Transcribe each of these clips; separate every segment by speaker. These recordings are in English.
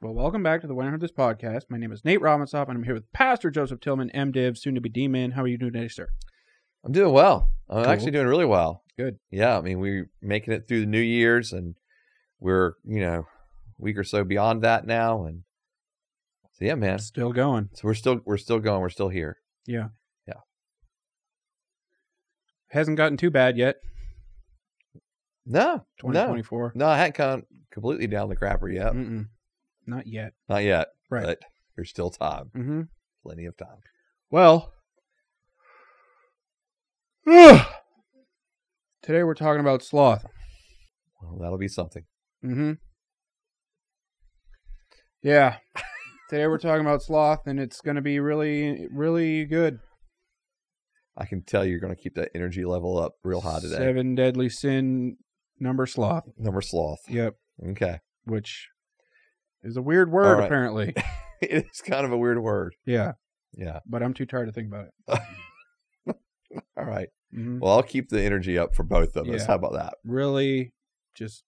Speaker 1: Well, welcome back to the Winner Hunters podcast. My name is Nate Robinsoff, and I'm here with Pastor Joseph Tillman, MDiv, soon to be D-Man. How are you doing today, sir?
Speaker 2: I'm doing well. I'm
Speaker 1: Cool.
Speaker 2: actually doing really well.
Speaker 1: Good.
Speaker 2: Yeah, I mean we're making it through the New Year's, and we're you know a week or so beyond that now, and so yeah, man.
Speaker 1: Still going.
Speaker 2: So we're still we're still going. We're still here.
Speaker 1: Yeah.
Speaker 2: Yeah.
Speaker 1: Hasn't gotten too bad yet.
Speaker 2: No, no,
Speaker 1: 2024.
Speaker 2: no. I hadn't gone completely down the crapper yet.
Speaker 1: Mm-mm. Not yet.
Speaker 2: Not yet.
Speaker 1: Mm. Right.
Speaker 2: But there's still time.
Speaker 1: Mm-hmm.
Speaker 2: Plenty of time.
Speaker 1: Well, today we're talking about sloth.
Speaker 2: Well, that'll be something.
Speaker 1: Mm-hmm. Yeah. today we're talking about sloth, and it's going to be really, really good.
Speaker 2: I can tell you're going to keep that energy level up real high today.
Speaker 1: Seven deadly sin number sloth.
Speaker 2: Number sloth.
Speaker 1: Yep.
Speaker 2: Okay.
Speaker 1: Which is a weird word,
Speaker 2: All right.
Speaker 1: apparently.
Speaker 2: it's kind of a weird word.
Speaker 1: yeah.
Speaker 2: Yeah.
Speaker 1: But I'm too tired to think about it.
Speaker 2: All right.
Speaker 1: Mhm.
Speaker 2: Well, I'll keep the energy up for both of us.
Speaker 1: Yeah.
Speaker 2: How about that?
Speaker 1: Really, just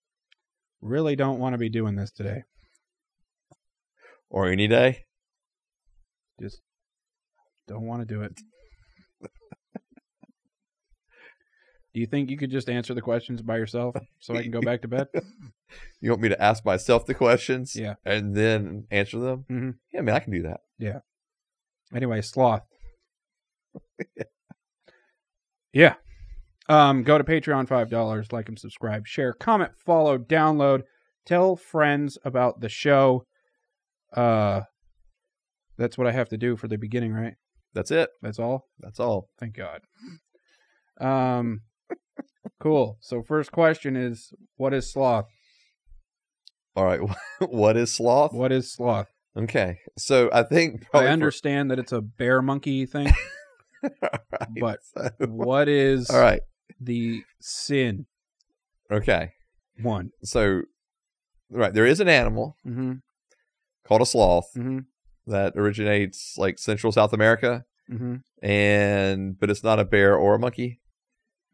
Speaker 1: really don't want to be doing this today.
Speaker 2: Or any day?
Speaker 1: Just don't want to do it. do you think you could just answer the questions by yourself so I can go back to bed?
Speaker 2: You want me to ask myself the questions?
Speaker 1: Yeah.
Speaker 2: And then answer them?
Speaker 1: Mhm.
Speaker 2: Yeah, man, I can do that.
Speaker 1: Anyway, sloth. yeah. Um, go to Patreon five dollars, like and subscribe, share, comment, follow, download, tell friends about the show. Uh that's what I have to do for the beginning, right?
Speaker 2: That's it.
Speaker 1: That's all?
Speaker 2: That's all.
Speaker 1: Thank God. Um cool. So first question is what is sloth?
Speaker 2: All right. what is sloth?
Speaker 1: What is sloth?
Speaker 2: Okay. So I think
Speaker 1: I
Speaker 2: for-
Speaker 1: understand that it's a bear monkey thing, but
Speaker 2: So-
Speaker 1: what is
Speaker 2: all right.
Speaker 1: the sin
Speaker 2: Okay.
Speaker 1: one?
Speaker 2: So, right. There is an animal
Speaker 1: Mm-hmm.
Speaker 2: called a sloth
Speaker 1: Mm-hmm.
Speaker 2: that originates like Central South America.
Speaker 1: Mm-hmm.
Speaker 2: And, but it's not a bear or a monkey.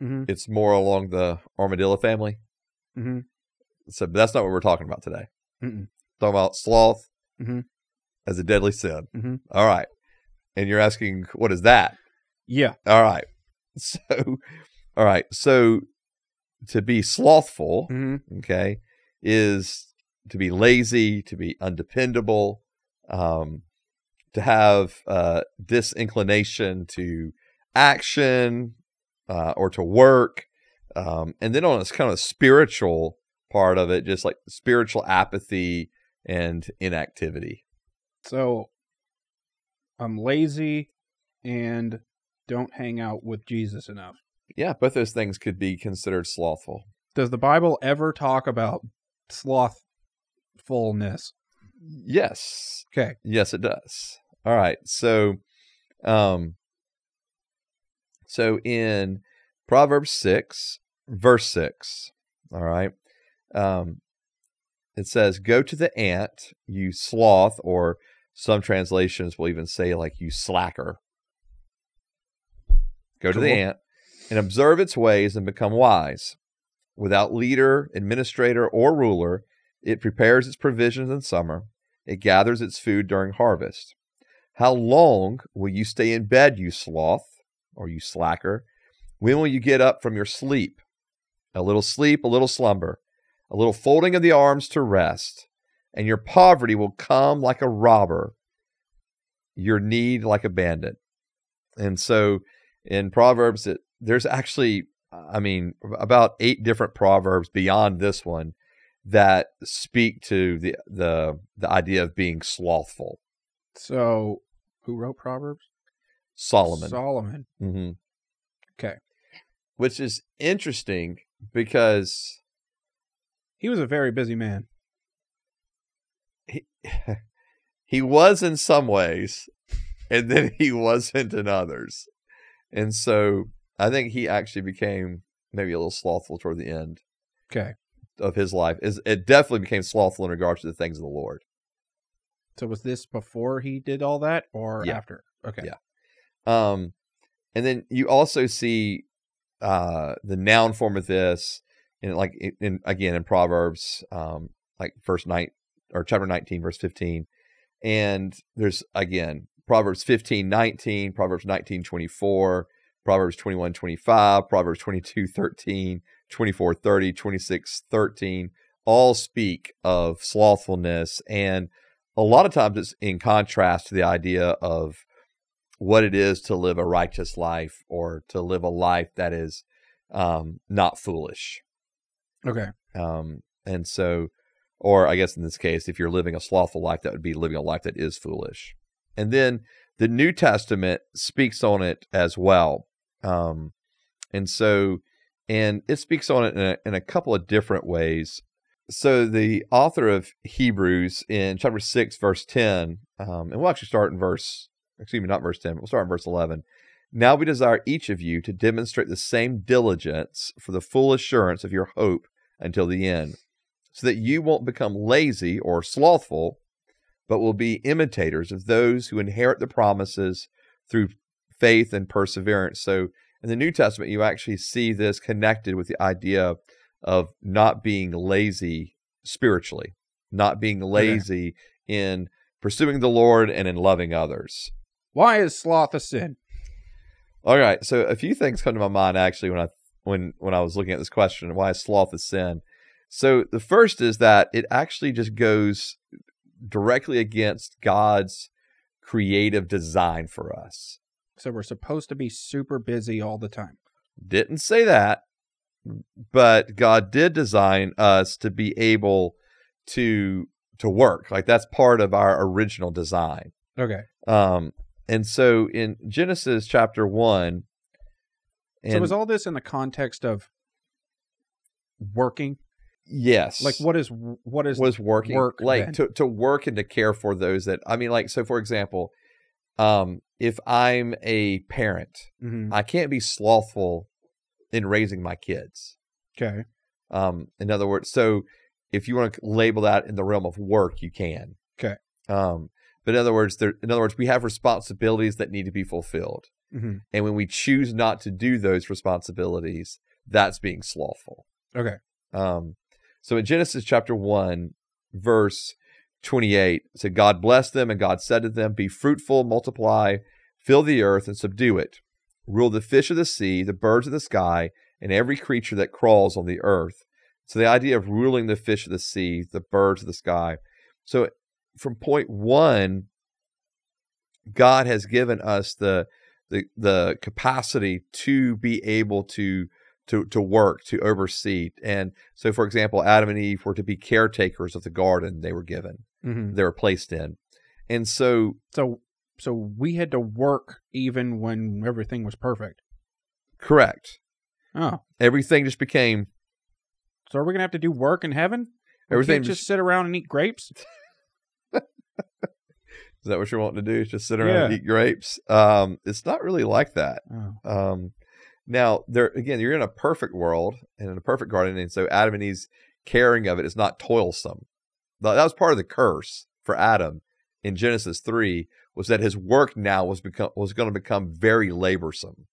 Speaker 1: Mm-hmm.
Speaker 2: It's more along the armadillo family.
Speaker 1: Mhm.
Speaker 2: So but that's not what we're talking about today.
Speaker 1: Mm-mm.
Speaker 2: Talking about sloth
Speaker 1: Mhm.
Speaker 2: as a deadly sin.
Speaker 1: Mhm.
Speaker 2: All right. And you're asking, what is that?
Speaker 1: Yeah.
Speaker 2: All right. So, all right. So, to be slothful,
Speaker 1: Mm-hmm.
Speaker 2: okay, is to be lazy, to be undependable, um, to have uh, disinclination to action uh, or to work. Um, and then on this kind of spiritual part of it, just like spiritual apathy and inactivity.
Speaker 1: So I'm lazy and don't hang out with Jesus enough.
Speaker 2: Yeah, both those things could be considered slothful.
Speaker 1: Does the Bible ever talk about slothfulness?
Speaker 2: Yes,
Speaker 1: Okay.
Speaker 2: Yes, it does. All right. So, um, so in Proverbs six, verse six. All right. Um, it says, "Go to the ant, you sloth," or some translations will even say like you slacker. Go to the
Speaker 1: Cool.
Speaker 2: ant and observe its ways and become wise. Without leader, administrator, or ruler, it prepares its provisions in summer. It gathers its food during harvest. How long will you stay in bed, you sloth, or you slacker? When will you get up from your sleep? A little sleep, a little slumber, a little folding of the arms to rest, and your poverty will come like a robber, your need like a bandit. And so in Proverbs, it, there's actually, I mean, about eight different proverbs beyond this one that speak to the the the idea of being slothful.
Speaker 1: So who wrote Proverbs?
Speaker 2: Solomon.
Speaker 1: Solomon.
Speaker 2: hmm
Speaker 1: Okay.
Speaker 2: Which is interesting because
Speaker 1: He was a very busy man.
Speaker 2: he, he was in some ways, and then he wasn't in others, and so I think he actually became maybe a little slothful toward the end
Speaker 1: Okay.
Speaker 2: of his life. Is it definitely became slothful in regards to the things of the Lord.
Speaker 1: So was this before he did all that or
Speaker 2: Yeah.
Speaker 1: after? Okay.
Speaker 2: Yeah. Um, and then you also see uh, the noun form of this, and like in, in again in Proverbs, um, like verse nine, or chapter 19, verse 15. And there's again Proverbs 15, 19, Proverbs 19, 24, Proverbs 21, 25, Proverbs 22, 13, 24, 30, 26, 13, all speak of slothfulness. And a lot of times it's in contrast to the idea of what it is to live a righteous life or to live a life that is um, not foolish.
Speaker 1: Okay.
Speaker 2: Um, and so, or I guess in this case, if you're living a slothful life, that would be living a life that is foolish. And then the New Testament speaks on it as well. Um, and so, and it speaks on it in a, in a couple of different ways. So, the author of Hebrews in chapter 6, verse 10, um, and we'll actually start in verse, excuse me, not verse 10, but we'll start in verse 11. Now we desire each of you to demonstrate the same diligence for the full assurance of your hope until the end, so that you won't become lazy or slothful, but will be imitators of those who inherit the promises through faith and perseverance. So in the New Testament, you actually see this connected with the idea of not being lazy spiritually, not being lazy in pursuing the Lord and in loving others.
Speaker 1: Why is sloth a sin?
Speaker 2: All right, so a few things come to my mind actually when I when when I was looking at this question why is sloth a sin. So the first is that it actually just goes directly against God's creative design for us.
Speaker 1: So we're supposed to be super busy all the time.
Speaker 2: Didn't say that, but God did design us to be able to to work. Like that's part of our original design.
Speaker 1: Okay.
Speaker 2: Um and so in Genesis chapter 1
Speaker 1: so was all this in the context of working?
Speaker 2: yes.
Speaker 1: Like what is what is
Speaker 2: was working
Speaker 1: work
Speaker 2: like
Speaker 1: then?
Speaker 2: to, to work and to care for those that i mean like so for example um if i'm a parent
Speaker 1: Mhm.
Speaker 2: i can't be slothful in raising my kids
Speaker 1: Okay.
Speaker 2: um in other words so if you want to label that in the realm of work you can
Speaker 1: Okay.
Speaker 2: um but in other words there in other words we have responsibilities that need to be fulfilled
Speaker 1: Mhm.
Speaker 2: and when we choose not to do those responsibilities that's being slothful
Speaker 1: Okay.
Speaker 2: um, so in Genesis chapter 1, verse 28, it said, God blessed them, and God said to them, Be fruitful, multiply, fill the earth, and subdue it. Rule the fish of the sea, the birds of the sky, and every creature that crawls on the earth. So the idea of ruling the fish of the sea, the birds of the sky. So from point one, God has given us the the, the capacity to be able to to to work to oversee and so for example adam and eve were to be caretakers of the garden they were given
Speaker 1: Mhm.
Speaker 2: they were placed in and so
Speaker 1: So so we had to work even when everything was perfect.
Speaker 2: correct
Speaker 1: Oh.
Speaker 2: everything just became
Speaker 1: So are we going to have to do work in heaven? We
Speaker 2: everything
Speaker 1: can't just sit around and eat grapes?
Speaker 2: is that what you're wanting to do is just sit around and
Speaker 1: Yeah.
Speaker 2: eat grapes um it's not really like that
Speaker 1: Oh.
Speaker 2: Um, now, there again, you're in a perfect world and in a perfect garden, and so Adam and Eve's caring of it is not toilsome. Tha- That was part of the curse for Adam in Genesis three was that his work now was become was going to become very laborsome,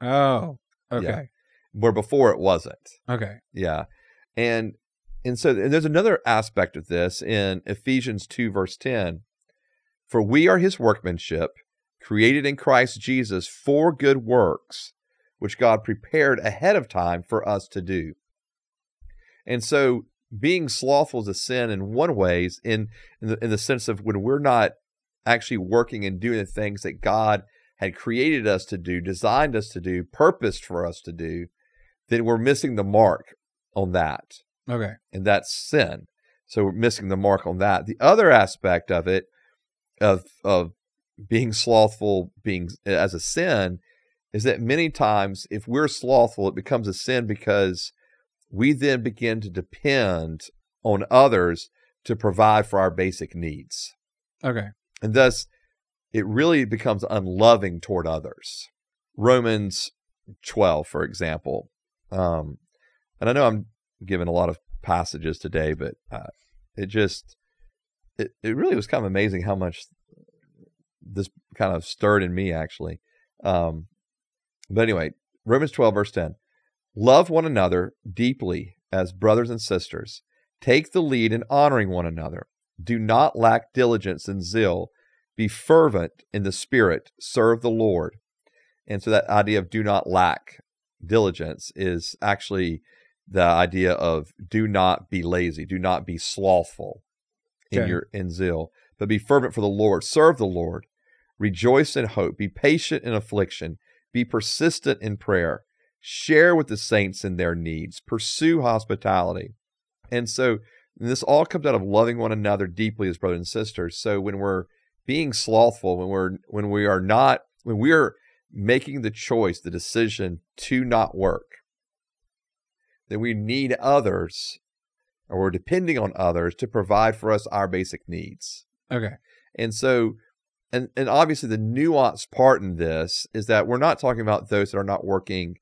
Speaker 1: Oh.
Speaker 2: Yeah.
Speaker 1: Okay.
Speaker 2: where before it wasn't.
Speaker 1: Okay.
Speaker 2: Yeah. And and so and there's another aspect of this in Ephesians 2 verse 10. For we are his workmanship, created in Christ Jesus for good works, which God prepared ahead of time for us to do. And so being slothful is a sin in one ways in in the, in the sense of when we're not actually working and doing the things that God had created us to do, designed us to do, purposed for us to do, then we're missing the mark on that.
Speaker 1: Okay.
Speaker 2: And that's sin. So we're missing the mark on that. The other aspect of it, of of being slothful, being as a sin, is that many times if we're slothful, it becomes a sin because we then begin to depend on others to provide for our basic needs.
Speaker 1: Okay.
Speaker 2: And thus, it really becomes unloving toward others. Romans 12, for example. Um, and I know I'm giving a lot of passages today, but uh, it just, it, it really was kind of amazing how much this kind of stirred in me, actually. Um, but anyway, Romans 12, verse 10 Love one another deeply as brothers and sisters. Take the lead in honoring one another Do not lack diligence and zeal. Be fervent in the spirit. Serve the Lord. And so that idea of do not lack diligence is actually the idea of do not be lazy. Do not be slothful in
Speaker 1: Okay.
Speaker 2: your in zeal, but be fervent for the Lord. Serve the Lord. Rejoice in hope. Be patient in affliction. Be persistent in prayer. Share with the saints in their needs. Pursue hospitality. And so this all comes out of loving one another deeply as brothers and sisters. So when we're being slothful, when we're when we are not when we are making the choice, the decision to not work, then we need others or we're depending on others to provide for us our basic needs.
Speaker 1: Okay.
Speaker 2: And so, and and obviously the nuanced part in this is that we're not talking about those that are not working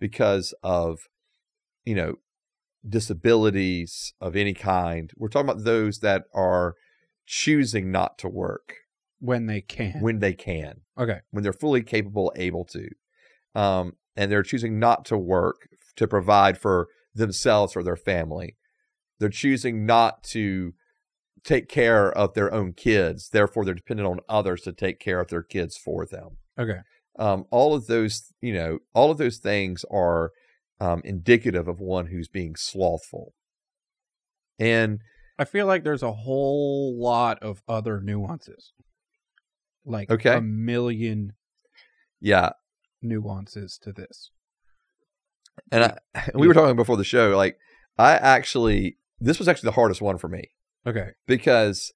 Speaker 2: because of, you know, disabilities of any kind. We're talking about those that are choosing not to work
Speaker 1: When they can.
Speaker 2: when they can,
Speaker 1: okay.
Speaker 2: when they're fully capable, able to, um, and they're choosing not to work to provide for themselves or their family. They're choosing not to take care of their own kids. Therefore, they're dependent on others to take care of their kids for them
Speaker 1: Okay.
Speaker 2: um, all of those you know all of those things are um, indicative of one who's being slothful and
Speaker 1: I feel like there's a whole lot of other nuances. Like
Speaker 2: Okay.
Speaker 1: a million
Speaker 2: yeah
Speaker 1: nuances to this.
Speaker 2: and I, we were talking before the show like i actually this was actually the hardest one for me
Speaker 1: Okay.
Speaker 2: because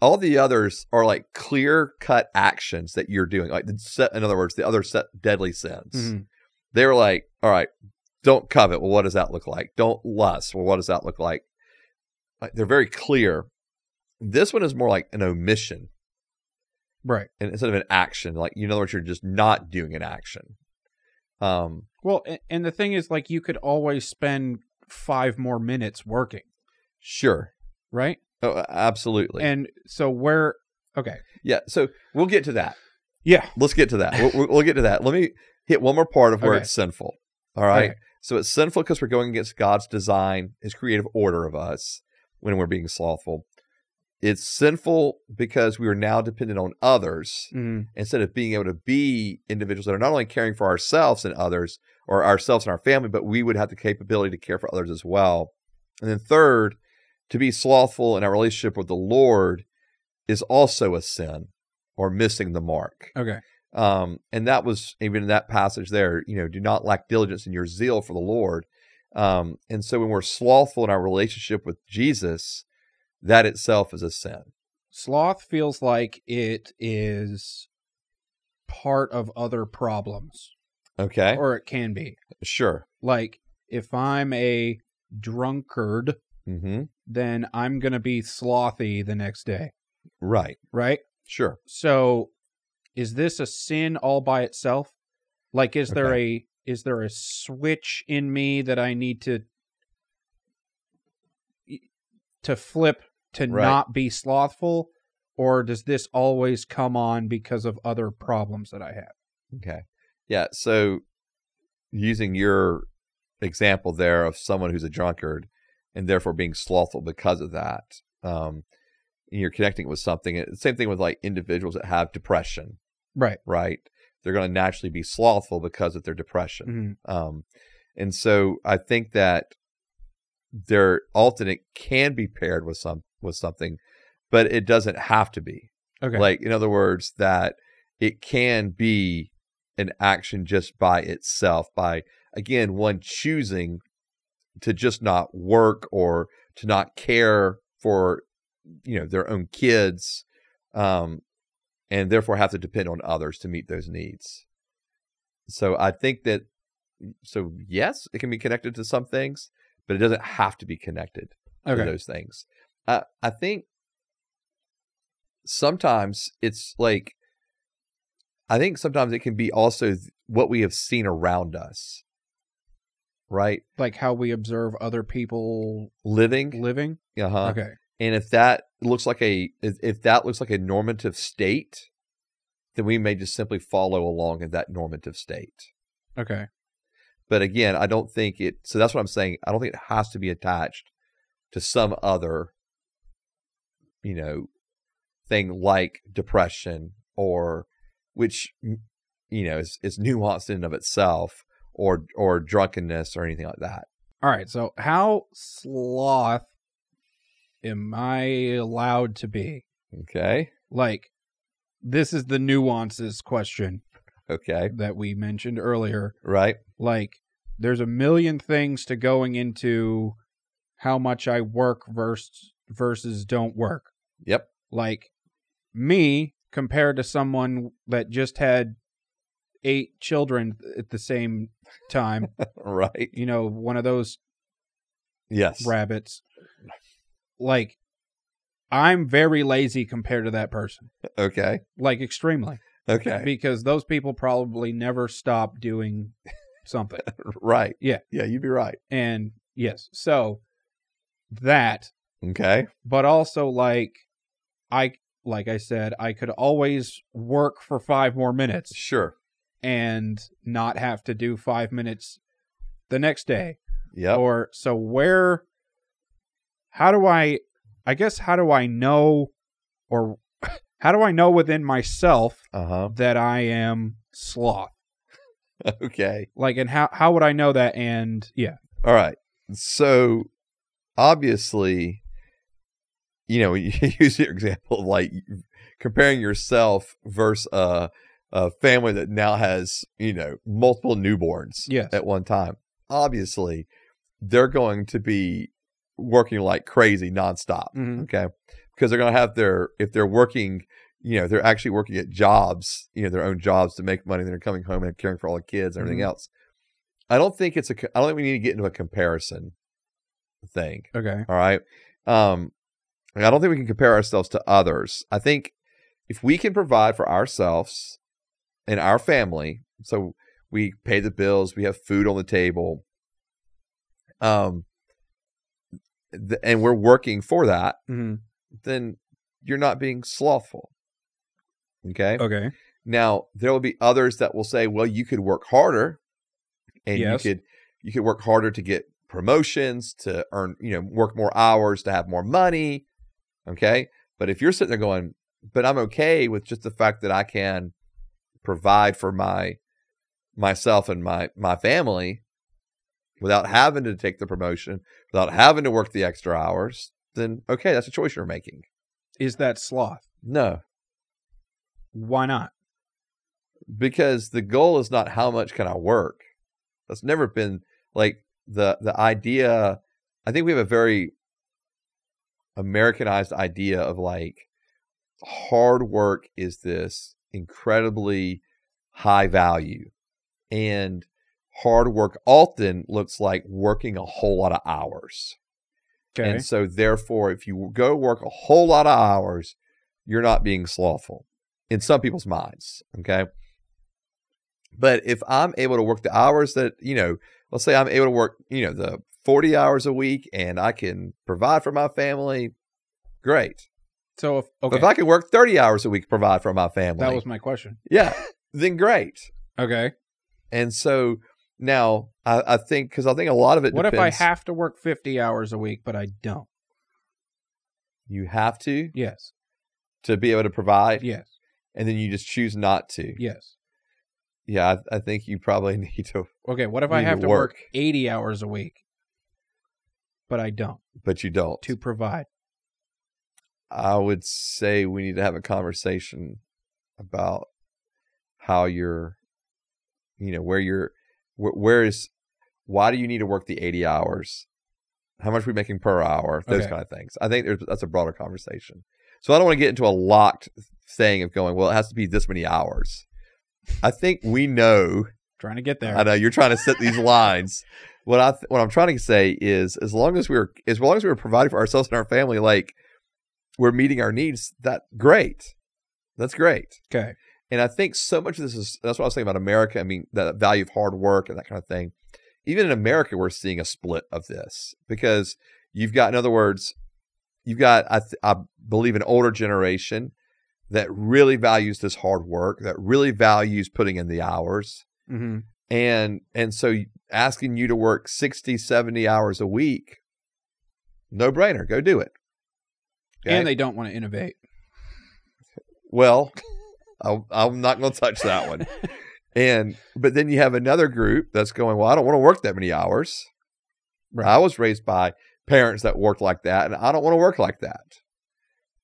Speaker 2: all the others are like clear cut actions that you're doing like the set, in other words the other set deadly sins
Speaker 1: Mhm.
Speaker 2: they were like, all right, don't covet. Well, what does that look like? Don't lust. Well, what does that look like? Like they're very clear. This one is more like an omission
Speaker 1: Right.
Speaker 2: and instead of an action. Like you know what you're just not doing an action. Um,
Speaker 1: Well, a- and the thing is, like, you could always spend five more minutes working,
Speaker 2: sure.
Speaker 1: right?
Speaker 2: Oh, absolutely.
Speaker 1: And so where? Okay.
Speaker 2: yeah. So we'll get to that.
Speaker 1: Yeah.
Speaker 2: Let's get to that. We'll- We'll, we'll get to that. Let me hit one more part of where
Speaker 1: Okay.
Speaker 2: it's sinful. All right.
Speaker 1: Okay.
Speaker 2: So it's sinful because we're going against God's design, His creative order of us when we're being slothful. It's sinful because we are now dependent on others
Speaker 1: Mhm.
Speaker 2: instead of being able to be individuals that are not only caring for ourselves and others, or ourselves and our family, but we would have the capability to care for others as well. And then, third, to be slothful in our relationship with the Lord is also a sin or missing the mark.
Speaker 1: Okay.
Speaker 2: Um, and that was even in that passage there, you know, do not lack diligence in your zeal for the Lord. Um, and so when we're slothful in our relationship with Jesus, that itself is a sin.
Speaker 1: Sloth feels like it is part of other problems,
Speaker 2: Okay.
Speaker 1: or it can be.
Speaker 2: sure.
Speaker 1: Like, if I'm a drunkard,
Speaker 2: Mm-hmm.
Speaker 1: then I'm going to be slothy the next day,
Speaker 2: Right.
Speaker 1: right?
Speaker 2: Sure.
Speaker 1: So is this a sin all by itself? Like is there a is there a switch in me that I need to e, to flip to
Speaker 2: Right.
Speaker 1: not be slothful or does this always come on because of other problems that I have?
Speaker 2: Okay. Yeah. So using your example there of someone who's a drunkard and therefore being slothful because of that, um, and you're connecting it with something. It- Same thing with like individuals that have depression.
Speaker 1: Right.
Speaker 2: right? They're going to naturally be slothful because of their depression.
Speaker 1: Mhm.
Speaker 2: Um, and so I think that their alternate can be paired with some with something, but it doesn't have to be.
Speaker 1: Okay.
Speaker 2: Like in other words, that it can be an action just by itself, by again one choosing to just not work or to not care for you know their own kids, um, and therefore have to depend on others to meet those needs. So I think that so yes, it can be connected to some things, but it doesn't have to be connected for
Speaker 1: okay.
Speaker 2: those things. I I think sometimes it's like I think sometimes it can be also th- what we have seen around us, right?
Speaker 1: Like how we observe other people
Speaker 2: Living,
Speaker 1: living?
Speaker 2: uh huh.
Speaker 1: okay.
Speaker 2: And if that looks like a if if that looks like a normative state, then we may just simply follow along in that normative state.
Speaker 1: Okay.
Speaker 2: But again, I don't think it. So that's what I'm saying. I don't think it has to be attached to some other you know, thing like depression or which m- you know is is nuanced in and of itself or or drunkenness or anything like that.
Speaker 1: All right. So, how sloth am I allowed to be?
Speaker 2: Okay.
Speaker 1: Like, this is the nuances question
Speaker 2: Okay.
Speaker 1: that we mentioned earlier.
Speaker 2: Right.
Speaker 1: Like, there's a million things to going into how much I work versus versus don't work.
Speaker 2: Yep.
Speaker 1: Like, me compared to someone that just had eight children at the same time,
Speaker 2: Right.
Speaker 1: you know, one of those
Speaker 2: Yes.
Speaker 1: rabbits. Like, I'm very lazy compared to that person,
Speaker 2: Okay.
Speaker 1: like, extremely,
Speaker 2: Okay.
Speaker 1: because those people probably never stop doing something.
Speaker 2: right.
Speaker 1: Yeah.
Speaker 2: Yeah, you'd be right.
Speaker 1: and yes, so that,
Speaker 2: Okay.
Speaker 1: but also, like, I, like I said, I could always work for five more minutes
Speaker 2: Sure.
Speaker 1: and not have to do five minutes the next day.
Speaker 2: Yep.
Speaker 1: or so where how do i i guess how do i know or how do i know within myself
Speaker 2: uh-huh.
Speaker 1: that i am sloth
Speaker 2: Okay.
Speaker 1: like and how how would i know that and yeah
Speaker 2: All right. So obviously, you know, you use your example of like comparing yourself versus a, a family that now has, you know, multiple newborns
Speaker 1: Yes.
Speaker 2: at one time. Obviously, they're going to be working like crazy nonstop.
Speaker 1: Mhm.
Speaker 2: Okay. Because they're going to have their, if they're working, you know, they're actually working at jobs, you know, their own jobs to make money. They're coming home and caring for all the kids and everything
Speaker 1: Mhm.
Speaker 2: else. I don't think it's a, co- I don't think we need to get into a comparison thing.
Speaker 1: okay
Speaker 2: All right. Um, I don't think we can compare ourselves to others. I think if we can provide for ourselves and our family, so we pay the bills, we have food on the table, um, th- and we're working for that,
Speaker 1: hmm
Speaker 2: then you're not being slothful. Okay.
Speaker 1: okay
Speaker 2: Now there will be others that will say, "Well, you could work harder, and
Speaker 1: Yes.
Speaker 2: you could you could work harder to get promotions, to earn you know work more hours, to have more money." Okay, but if you're sitting there going, "But I'm okay with just the fact that I can provide for my myself and my my family without having to take the promotion, without having to work the extra hours," then okay, that's a choice you're making.
Speaker 1: is that sloth
Speaker 2: No,
Speaker 1: why not
Speaker 2: because the goal is not how much can I work. That's never been like the the idea. I think we have a very Americanized idea of like hard work is this incredibly high value, and hard work often looks like working a whole lot of hours.
Speaker 1: okay
Speaker 2: And so, therefore, if you go work a whole lot of hours, you're not being slothful in some people's minds. Okay. But if I'm able to work the hours that, you know, let's say I'm able to work, you know, the 40 hours a week and I can provide for my family, great.
Speaker 1: so if
Speaker 2: But
Speaker 1: okay
Speaker 2: if I can work 30 hours a week, provide for my family,
Speaker 1: that was my question
Speaker 2: yeah, then great.
Speaker 1: okay
Speaker 2: And so now I, I think, because I think a lot of it
Speaker 1: what if
Speaker 2: depends.
Speaker 1: i have to work 50 hours a week but i don't
Speaker 2: you have to,
Speaker 1: yes
Speaker 2: to be able to provide,
Speaker 1: yes
Speaker 2: and then you just choose not to.
Speaker 1: yes
Speaker 2: Yeah, I, I think you probably need to,
Speaker 1: okay what if
Speaker 2: You
Speaker 1: i
Speaker 2: need to
Speaker 1: have to work
Speaker 2: work.
Speaker 1: 80 hours a week but i don't
Speaker 2: but you don't.
Speaker 1: to provide
Speaker 2: I would say we need to have a conversation about how you're, you know, where you're, wh- where is, why do you need to work the 80 hours? How much are we making per hour? Those
Speaker 1: Okay.
Speaker 2: kind of things. I think there's, that's a broader conversation. So I don't want to get into a locked thing of going, well, it has to be this many hours. I think we know
Speaker 1: Trying to get there.
Speaker 2: I know you're trying to set these lines. What I th- what I'm trying to say is, as long as we're as long as we're providing for ourselves and our family, like we're meeting our needs, that great, that's great.
Speaker 1: okay.
Speaker 2: And I think so much of this is that's what I was saying about America. I mean, the value of hard work and that kind of thing. Even in America, we're seeing a split of this because you've got, in other words, you've got I, th- I believe an older generation that really values this hard work, that really values putting in the hours,
Speaker 1: hmm
Speaker 2: and and so asking you to work 60 70 hours a week no brainer go do it Okay?
Speaker 1: And they don't want to innovate.
Speaker 2: Well, I'll, I'm not going to touch that one. and but then you have another group that's going, well, I don't want to work that many hours.
Speaker 1: Right.
Speaker 2: I was raised by parents that worked like that, and I don't want to work like that.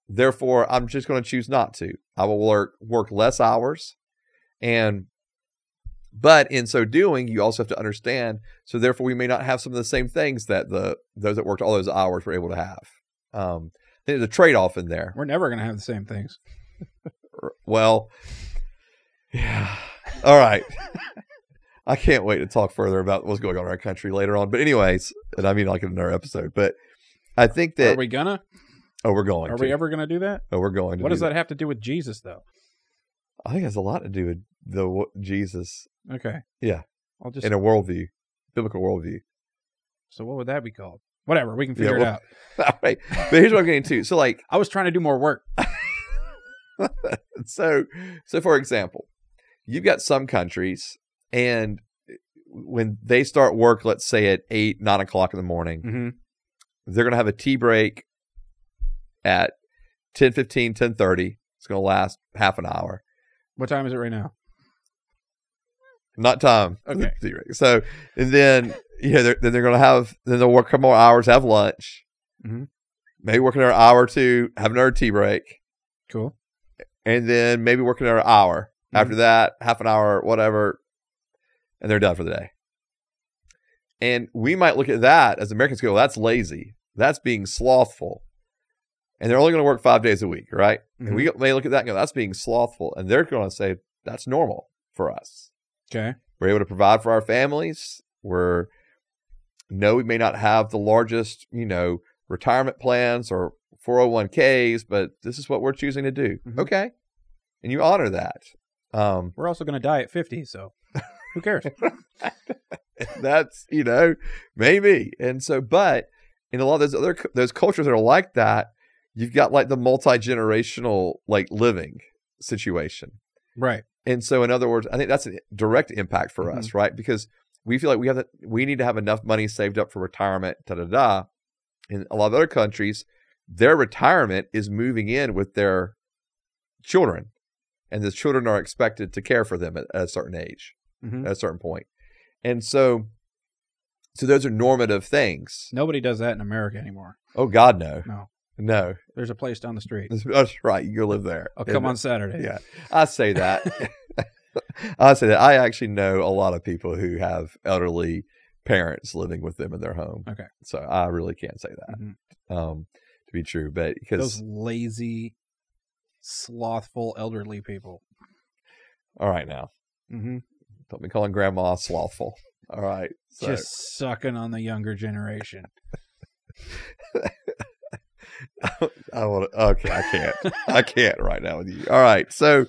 Speaker 2: Therefore, I'm just going to choose not to. I will work work less hours, and but in so doing, you also have to understand. So therefore, we may not have some of the same things that the those that worked all those hours were able to have. Um, there's a trade off in there.
Speaker 1: We're never going to have the same things.
Speaker 2: R- Well, yeah. All right. I can't wait to talk further about what's going on in our country later on. But anyways, and I mean like in another episode. But I think
Speaker 1: are
Speaker 2: that
Speaker 1: we gonna?
Speaker 2: oh, we're going.
Speaker 1: Are
Speaker 2: to.
Speaker 1: we ever going to do that?
Speaker 2: Oh, we're going. To
Speaker 1: What
Speaker 2: do
Speaker 1: does that have to do with Jesus, though?
Speaker 2: I think it has a lot to do with the wo- Jesus
Speaker 1: Okay.
Speaker 2: Yeah.
Speaker 1: I'll just.
Speaker 2: in a worldview, biblical worldview.
Speaker 1: so what would that be called? Whatever. We can
Speaker 2: Yeah,
Speaker 1: figure it
Speaker 2: well-
Speaker 1: out.
Speaker 2: All right. But here's what I'm getting to. So like,
Speaker 1: I was trying to do more work.
Speaker 2: so so for example, you've got some countries, and eh, when they start work, let's say at eight, nine o'clock in the morning.
Speaker 1: Mm-hmm.
Speaker 2: they're going to have a tea break at 10 15 10 it's going to last half an hour
Speaker 1: What time is it right now?
Speaker 2: not time
Speaker 1: Okay.
Speaker 2: Tea break. so and then you know they're, then they're going to have then they'll work a couple more hours have lunch
Speaker 1: Mhm.
Speaker 2: maybe work another hour or two have another tea break
Speaker 1: Cool.
Speaker 2: and then maybe work another hour after that half an hour whatever and they're done for the day and we might look at that as americans go well, that's lazy that's being slothful and they're only going to work five days a week right And we may look at that and go, that's being slothful. And they're going to say, that's normal for us.
Speaker 1: okay.
Speaker 2: We're able to provide for our families. We're, no, we may not have the largest, you know, retirement plans or 401ks, but this is what we're choosing to do.
Speaker 1: Mhm.
Speaker 2: Okay. And you honor that. Um,
Speaker 1: We're also going to die at fifty, so who cares?
Speaker 2: that's, you know, maybe. And so, but in a lot of those other, cu- those cultures that are like that, you've got like the multi-generational, like living situation.
Speaker 1: right.
Speaker 2: And so, in other words, I think that's a direct impact for us,
Speaker 1: Mm-hmm.
Speaker 2: right? Because we feel like we have that we need to have enough money saved up for retirement, da da da. In a lot of other countries, their retirement is moving in with their children, and the children are expected to care for them at, at a certain age,
Speaker 1: Mhm.
Speaker 2: at a certain point. And so, so those are normative things.
Speaker 1: Nobody does that in America anymore.
Speaker 2: Oh God, no,
Speaker 1: No.
Speaker 2: no,
Speaker 1: There's a place down the street.
Speaker 2: that's right. You go live there.
Speaker 1: I'll Oh, come
Speaker 2: And-
Speaker 1: on Saturday.
Speaker 2: Yeah. I say that. I say that. I actually know a lot of people who have elderly parents living with them in their home.
Speaker 1: Okay.
Speaker 2: So I really can't say that
Speaker 1: Mhm.
Speaker 2: um, to be true, but
Speaker 1: Those
Speaker 2: because
Speaker 1: lazy, slothful elderly people.
Speaker 2: all right now,
Speaker 1: Mm-hmm.
Speaker 2: don't be calling grandma slothful. All right. So,
Speaker 1: Just sucking on the younger generation.
Speaker 2: I want to. Okay, I can't. I can't right now with you. All right, so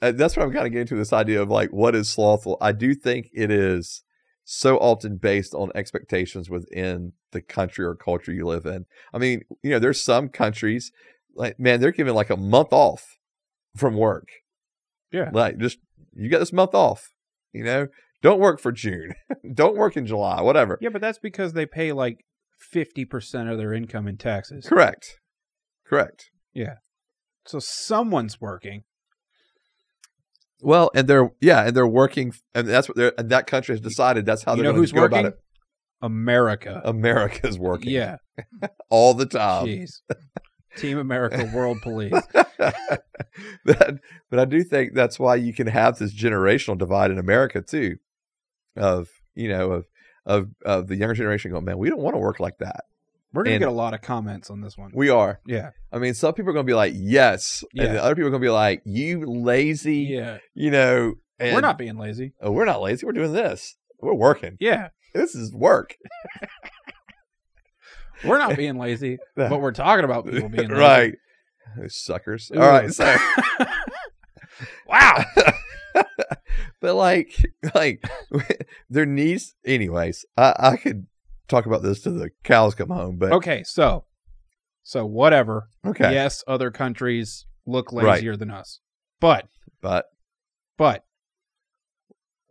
Speaker 2: uh, that's what I'm kind of getting to this idea of like what is slothful. I do think it is so often based on expectations within the country or culture you live in. I mean, you know, there's some countries like man, they're giving like a month off from work.
Speaker 1: Yeah.
Speaker 2: like just you got this month off. You know, don't work for June. don't work in July. Whatever.
Speaker 1: Yeah, but that's because they pay like fifty percent of their income in taxes.
Speaker 2: Correct. Correct.
Speaker 1: So someone's working.
Speaker 2: Well, and they're yeah, and they're working, and that's what they're. And that country has decided that's how
Speaker 1: you
Speaker 2: they're
Speaker 1: know
Speaker 2: going
Speaker 1: who's
Speaker 2: to go
Speaker 1: working?
Speaker 2: about it.
Speaker 1: America.
Speaker 2: America's working, Um,
Speaker 1: Yeah.
Speaker 2: all the time.
Speaker 1: Jeez. Team America, World Police.
Speaker 2: but, but I do think that's why you can have this generational divide in America too, of you know of of of the younger generation going, man, we don't want to work like that.
Speaker 1: We're gonna
Speaker 2: And-
Speaker 1: get a lot of comments on this one.
Speaker 2: We are.
Speaker 1: yeah.
Speaker 2: I mean, some people are going to be like, yes, and
Speaker 1: Yeah.
Speaker 2: the other people are going to be like, you lazy,
Speaker 1: Yeah.
Speaker 2: you know. And,
Speaker 1: We're not being lazy.
Speaker 2: Oh, we're not lazy. We're doing this. We're working.
Speaker 1: Yeah.
Speaker 2: This is work.
Speaker 1: We're not being lazy, but we're talking about people being lazy.
Speaker 2: right. Those suckers.
Speaker 1: Ooh.
Speaker 2: All right. So,
Speaker 1: Wow.
Speaker 2: but like, like their knees. Anyways, I, I could talk about this till the cows come home. But
Speaker 1: Okay, so so whatever.
Speaker 2: okay.
Speaker 1: Yes, other countries look
Speaker 2: Right.
Speaker 1: lazier than us. But
Speaker 2: But
Speaker 1: but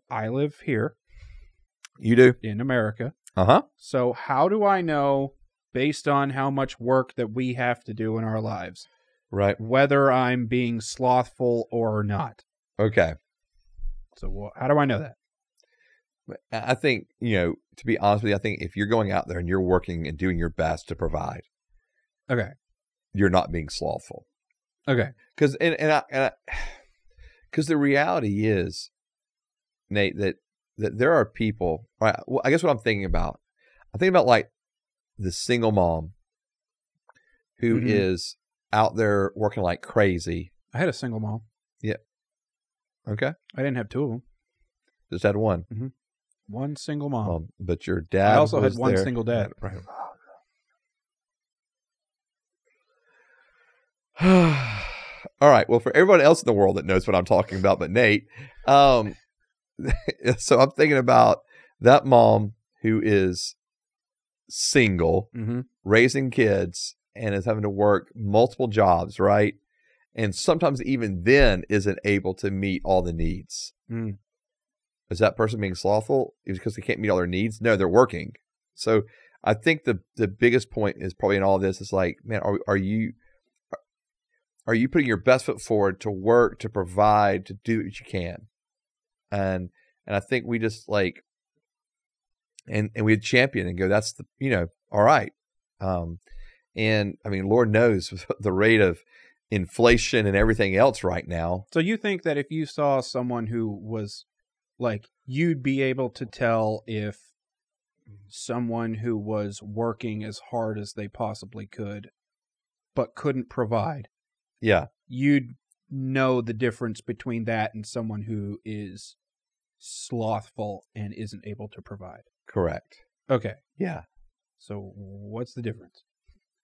Speaker 1: I live here
Speaker 2: you do.
Speaker 1: in America.
Speaker 2: Uh huh.
Speaker 1: So how do I know based on how much work that we have to do in our lives,
Speaker 2: Right.
Speaker 1: whether I'm being slothful or not.
Speaker 2: Okay.
Speaker 1: So, wh- how do I know that?
Speaker 2: I I think, you know, to be honest with you, I think if you're going out there and you're working and doing your best to provide,
Speaker 1: Okay.
Speaker 2: you're not being slothful.
Speaker 1: Okay.
Speaker 2: Because and and I, and I, cause the reality is, Nate, that that there are people. Right. Well, I guess what I'm thinking about, I'm thinking about like the single mom who is
Speaker 1: Mhm.
Speaker 2: out there working like crazy.
Speaker 1: I had a single mom.
Speaker 2: Okay,
Speaker 1: I didn't have two of them.
Speaker 2: just had one.
Speaker 1: One single mom.
Speaker 2: Um, but your dad.
Speaker 1: I also had
Speaker 2: was
Speaker 1: one
Speaker 2: there-
Speaker 1: single dad.
Speaker 2: Right. All right. Well, for everyone else in the world that knows what I'm talking about, but Nate, um, so I'm thinking about that mom who is single,
Speaker 1: Mm-hmm.
Speaker 2: raising kids, and is having to work multiple jobs, right? And sometimes even then isn't able to meet all the needs.
Speaker 1: Mm.
Speaker 2: Is that person being slothful? Is it because they can't meet all their needs? No, they're working. So I think the the biggest point is probably in all this is like, man, are are you are you putting your best foot forward to work, to provide, to do what you can? And and I think we just like and and we champion and go, that's the you know, all right. Um and I mean, Lord knows with the rate of inflation and everything else right now.
Speaker 1: So you think that if you saw someone who was like you'd be able to tell if someone who was working as hard as they possibly could but couldn't provide,
Speaker 2: Yeah.
Speaker 1: you'd know the difference between that and someone who is slothful and isn't able to provide.
Speaker 2: Correct.
Speaker 1: Okay.
Speaker 2: Yeah.
Speaker 1: So what's the difference?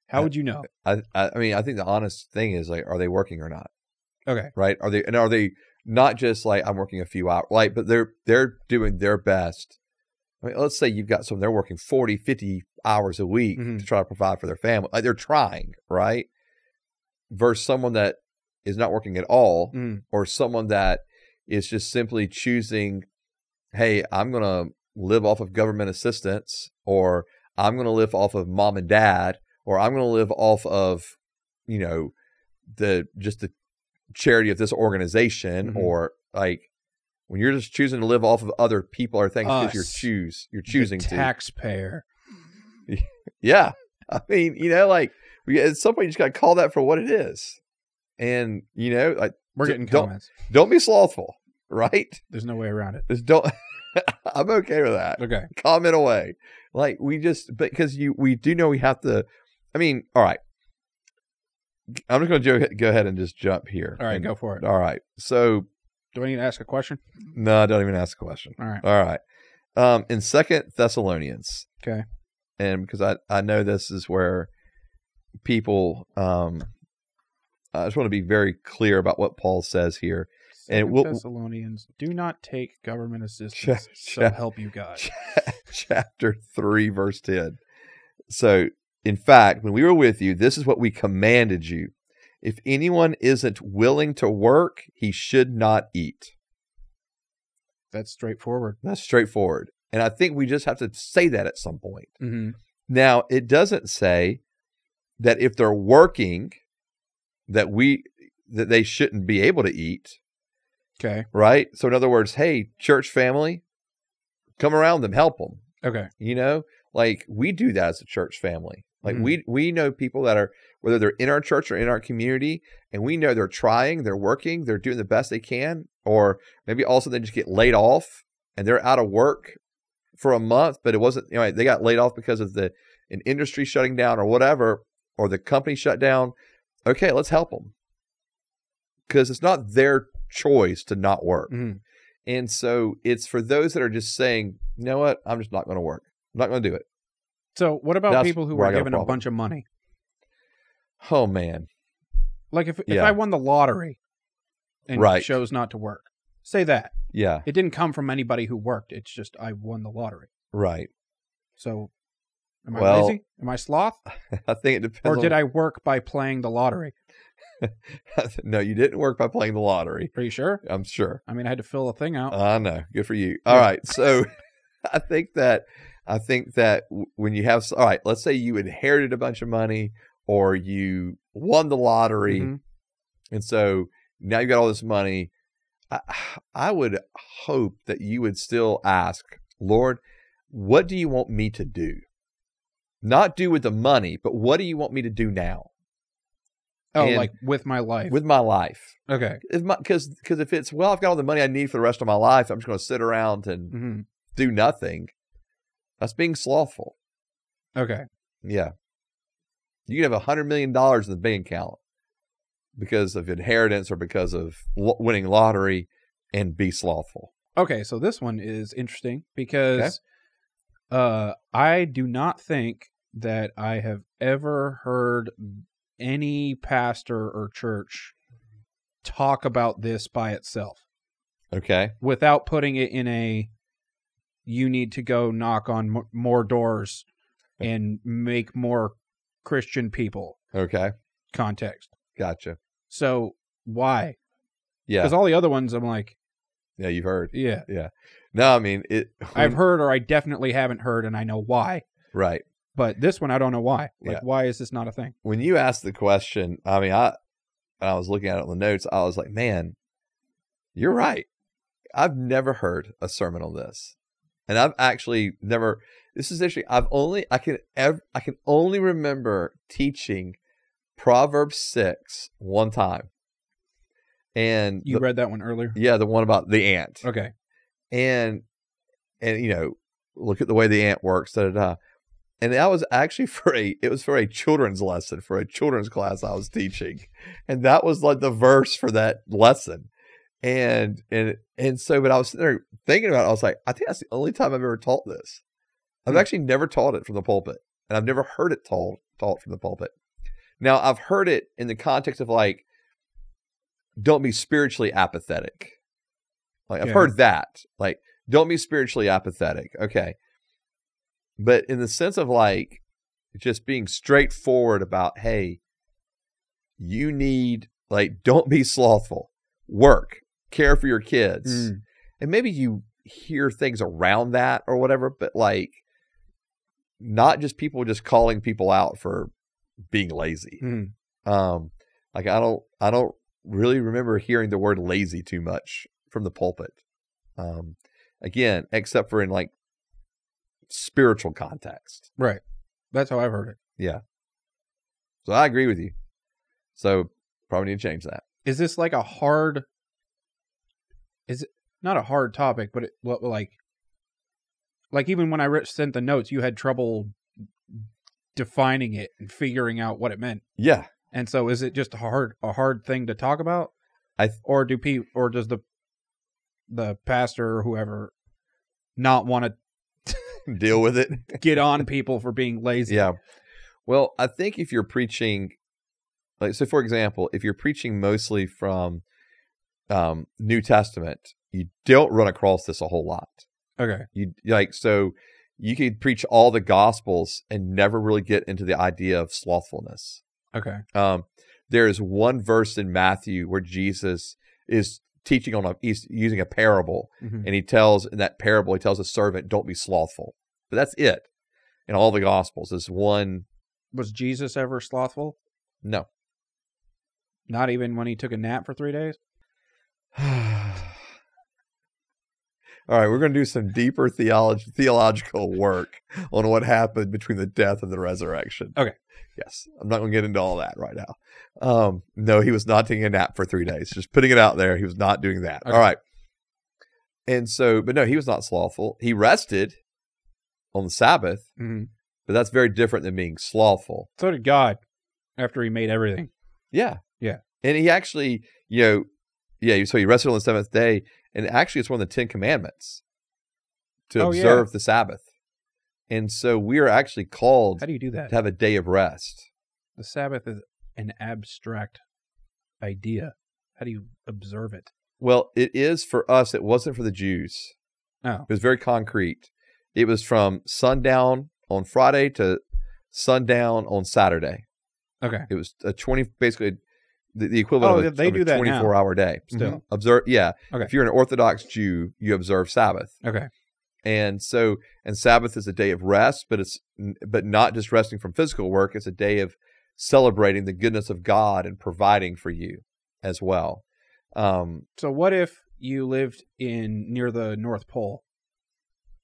Speaker 2: Uh,
Speaker 1: How would you know?
Speaker 2: I, I I mean, I think the honest thing is like, are they working or not?
Speaker 1: Okay.
Speaker 2: Right? Are they and are they not just like I'm working a few hours, like, but they're they're doing their best. I mean, let's say you've got some they're working 40, 50 hours a week
Speaker 1: Mhm.
Speaker 2: to try to provide for their family. Like they're trying, right? Versus someone that is not working at all,
Speaker 1: Mm.
Speaker 2: or someone that is just simply choosing, hey, I'm gonna live off of government assistance, or I'm gonna live off of mom and dad, or I'm gonna live off of, you know, the just the charity of this organization,
Speaker 1: Mhm.
Speaker 2: or like when you're just choosing to live off of other people or things, because you're
Speaker 1: Us.
Speaker 2: choose you're
Speaker 1: The
Speaker 2: choosing to.
Speaker 1: taxpayer.
Speaker 2: Yeah. I mean, you know, like we, at some point you just gotta call that for what it is. And you know, like
Speaker 1: We're
Speaker 2: D-
Speaker 1: getting
Speaker 2: don't-
Speaker 1: comments.
Speaker 2: don't be slothful, right?
Speaker 1: There's no way around it.
Speaker 2: Just don't. I'm okay with that.
Speaker 1: Okay.
Speaker 2: Comment away. Like we just because you we do know we have to. I mean, all right. I'm just going to go ahead and just jump here.
Speaker 1: All right,
Speaker 2: And-
Speaker 1: go for it.
Speaker 2: All right. So
Speaker 1: Do I need to ask a question?
Speaker 2: no, don't even ask a question.
Speaker 1: All right.
Speaker 2: All right. Um, in Second Thessalonians.
Speaker 1: Okay.
Speaker 2: And because I I know this is where people um, I just want to be very clear about what Paul says here. And
Speaker 1: Second
Speaker 2: we'll-
Speaker 1: Thessalonians, do not take government assistance.
Speaker 2: Check-
Speaker 1: so
Speaker 2: check-
Speaker 1: help you God.
Speaker 2: Cha- chapter 3 verse 10 so in fact when we were with you this is what we commanded you if anyone isn't willing to work he should not eat
Speaker 1: That's straightforward.
Speaker 2: that's straightforward and i think we just have to say that at some point
Speaker 1: Mm-hmm.
Speaker 2: now it doesn't say that if they're working that we that they shouldn't be able to eat
Speaker 1: Okay.
Speaker 2: right so in other words hey church family come around them help them
Speaker 1: Okay.
Speaker 2: you know like we do that as a church family like
Speaker 1: Mhm.
Speaker 2: we we know people that are whether they're in our church or in our community and we know they're trying they're working they're doing the best they can or maybe also they just get laid off and they're out of work for a month but it wasn't you know they got laid off because of the an industry shutting down or whatever or the company shut down okay let's help them because it's not their choice to not work
Speaker 1: Mhm.
Speaker 2: and so it's for those that are just saying, you know what, I'm just not going to work. I'm not going to do it.
Speaker 1: So what about
Speaker 2: That's
Speaker 1: people who
Speaker 2: where I
Speaker 1: were
Speaker 2: got a
Speaker 1: given a
Speaker 2: problem.
Speaker 1: bunch of money?
Speaker 2: Oh man,
Speaker 1: Like if, if
Speaker 2: Yeah.
Speaker 1: I won the lottery and
Speaker 2: Right.
Speaker 1: chose not to work. Say that.
Speaker 2: yeah,
Speaker 1: It didn't come from anybody who worked. It's just I won the lottery.
Speaker 2: right.
Speaker 1: So am I
Speaker 2: Well-
Speaker 1: lazy? Am I sloth?
Speaker 2: I think it depends.
Speaker 1: Or
Speaker 2: on-
Speaker 1: did I work by playing the lottery?
Speaker 2: no, you didn't work by playing the lottery.
Speaker 1: Are you sure?
Speaker 2: I'm sure. Uh,
Speaker 1: Oh. I mean I had to fill a thing out.
Speaker 2: I know. Good for you. All
Speaker 1: Yeah.
Speaker 2: right. So I think that I think that w- when you have, s- all right, let's say you inherited a bunch of money or you won the lottery.
Speaker 1: Mhm.
Speaker 2: And so now you've got all this money. I, I would hope that you would still ask, Lord, what do you want me to do? Not do with the money, but what do you want me to do now
Speaker 1: Oh,
Speaker 2: And-
Speaker 1: like with my life.
Speaker 2: with my life?
Speaker 1: okay.
Speaker 2: If because because if it's well, I've got all the money I need for the rest of my life. I'm just going to sit around and
Speaker 1: hmm
Speaker 2: do nothing. That's being slothful.
Speaker 1: Okay.
Speaker 2: Yeah, you can have a hundred million dollars in the bank account because of inheritance or because of lo- winning lottery, and be slothful.
Speaker 1: Okay. So this one is interesting because uh, I do not think that I have ever heard any pastor or church talk about this by itself
Speaker 2: Okay.
Speaker 1: without putting it in a you need to go knock on m- more doors and make more Christian people
Speaker 2: Okay.
Speaker 1: context.
Speaker 2: Gotcha.
Speaker 1: So why?
Speaker 2: Yeah.
Speaker 1: Because all the other ones, I'm like,
Speaker 2: Yeah. You've heard.
Speaker 1: yeah,
Speaker 2: No, I mean it.
Speaker 1: I've heard or I definitely haven't heard, and I know why.
Speaker 2: Right.
Speaker 1: But this one, I don't know why. Like,
Speaker 2: Yeah.
Speaker 1: why is this not a thing?
Speaker 2: when you asked the question, I mean, I and I was looking at it on the notes, I was like, man, you're right. I've never heard a sermon on this, and I've actually never. This is interesting. I've only I can ev- I can only remember teaching Proverbs six one time, and
Speaker 1: You
Speaker 2: the-
Speaker 1: read that one earlier.
Speaker 2: yeah, the one about the ant
Speaker 1: Okay.
Speaker 2: and and you know look at the way the ant works da da da and that was actually for a it was for a children's lesson for a children's class i was teaching and that was like the verse for that lesson and and and so but i was sitting there thinking about it i was like i think that's the only time i've ever taught this i've
Speaker 1: Hmm.
Speaker 2: actually never taught it from the pulpit and i've never heard it taught taught from the pulpit now i've heard it in the context of like don't be spiritually apathetic like i've
Speaker 1: Yeah.
Speaker 2: heard that like don't be spiritually apathetic okay but in the sense of like just being straightforward about hey you need like don't be slothful work care for your kids
Speaker 1: Mm.
Speaker 2: and maybe you hear things around that or whatever but like not just people just calling people out for being lazy
Speaker 1: Mhm.
Speaker 2: um like i don't i don't really remember hearing the word lazy too much from the pulpit um again except for in like spiritual context
Speaker 1: Right. That's how I've heard it.
Speaker 2: so i agree with you so probably need to change that
Speaker 1: Is this like a hard? Is it not a hard topic, but it, what like, like even when I writ- sent the notes, you had trouble defining it and figuring out what it meant.
Speaker 2: yeah
Speaker 1: And so, is it just a hard a hard thing to talk about?
Speaker 2: I th-
Speaker 1: or do pe- or does the the pastor or whoever not want
Speaker 2: deal with it
Speaker 1: to get on people for being lazy?
Speaker 2: yeah well i think if you're preaching like so for example if you're preaching mostly from um new testament you don't run across this a whole lot
Speaker 1: Okay.
Speaker 2: You like so you could preach all the gospels and never really get into the idea of slothfulness.
Speaker 1: Okay.
Speaker 2: Um, there is one verse in Matthew where Jesus is teaching on a he's using a parable,
Speaker 1: Mhm.
Speaker 2: and he tells in that parable he tells a servant, "Don't be slothful." But that's it. In all the gospels, is one
Speaker 1: Was Jesus ever slothful?
Speaker 2: no.
Speaker 1: Not even when he took a nap for three days.
Speaker 2: All right, we're going to do some deeper theology, theological work on what happened between the death and the resurrection.
Speaker 1: Okay.
Speaker 2: Yes, I'm not going to get into all that right now. Um, no, he was not taking a nap for three days. Just putting it out there, he was not doing that.
Speaker 1: Okay.
Speaker 2: All right. And so, but no, he was not slothful. He rested on the Sabbath,
Speaker 1: hmm
Speaker 2: but that's very different than being slothful.
Speaker 1: So did God after he made everything.
Speaker 2: Yeah.
Speaker 1: Yeah.
Speaker 2: And he actually, you know, yeah, so he rested on the seventh day. And actually, it's one of the Ten Commandments to
Speaker 1: Oh, yeah.
Speaker 2: observe the Sabbath. And so we are actually called
Speaker 1: How do you do that?
Speaker 2: to have a day of rest.
Speaker 1: The Sabbath is an abstract idea. How do you observe it?
Speaker 2: Well, it is for us, it wasn't for the Jews.
Speaker 1: Oh,
Speaker 2: It was very concrete. It was from sundown on Friday to sundown on Saturday.
Speaker 1: okay.
Speaker 2: It was a 20, basically the, the equivalent
Speaker 1: Oh,
Speaker 2: of a,
Speaker 1: they
Speaker 2: of a
Speaker 1: do that now.
Speaker 2: 24 hour day. Mm-hmm.
Speaker 1: Still.
Speaker 2: Observe, yeah.
Speaker 1: Okay.
Speaker 2: If you're an Orthodox Jew, you observe Sabbath.
Speaker 1: Okay.
Speaker 2: And so, and Sabbath is a day of rest, but it's but not just resting from physical work. It's a day of celebrating the goodness of God and providing for you as well. Um,
Speaker 1: So what if you lived in near the North Pole?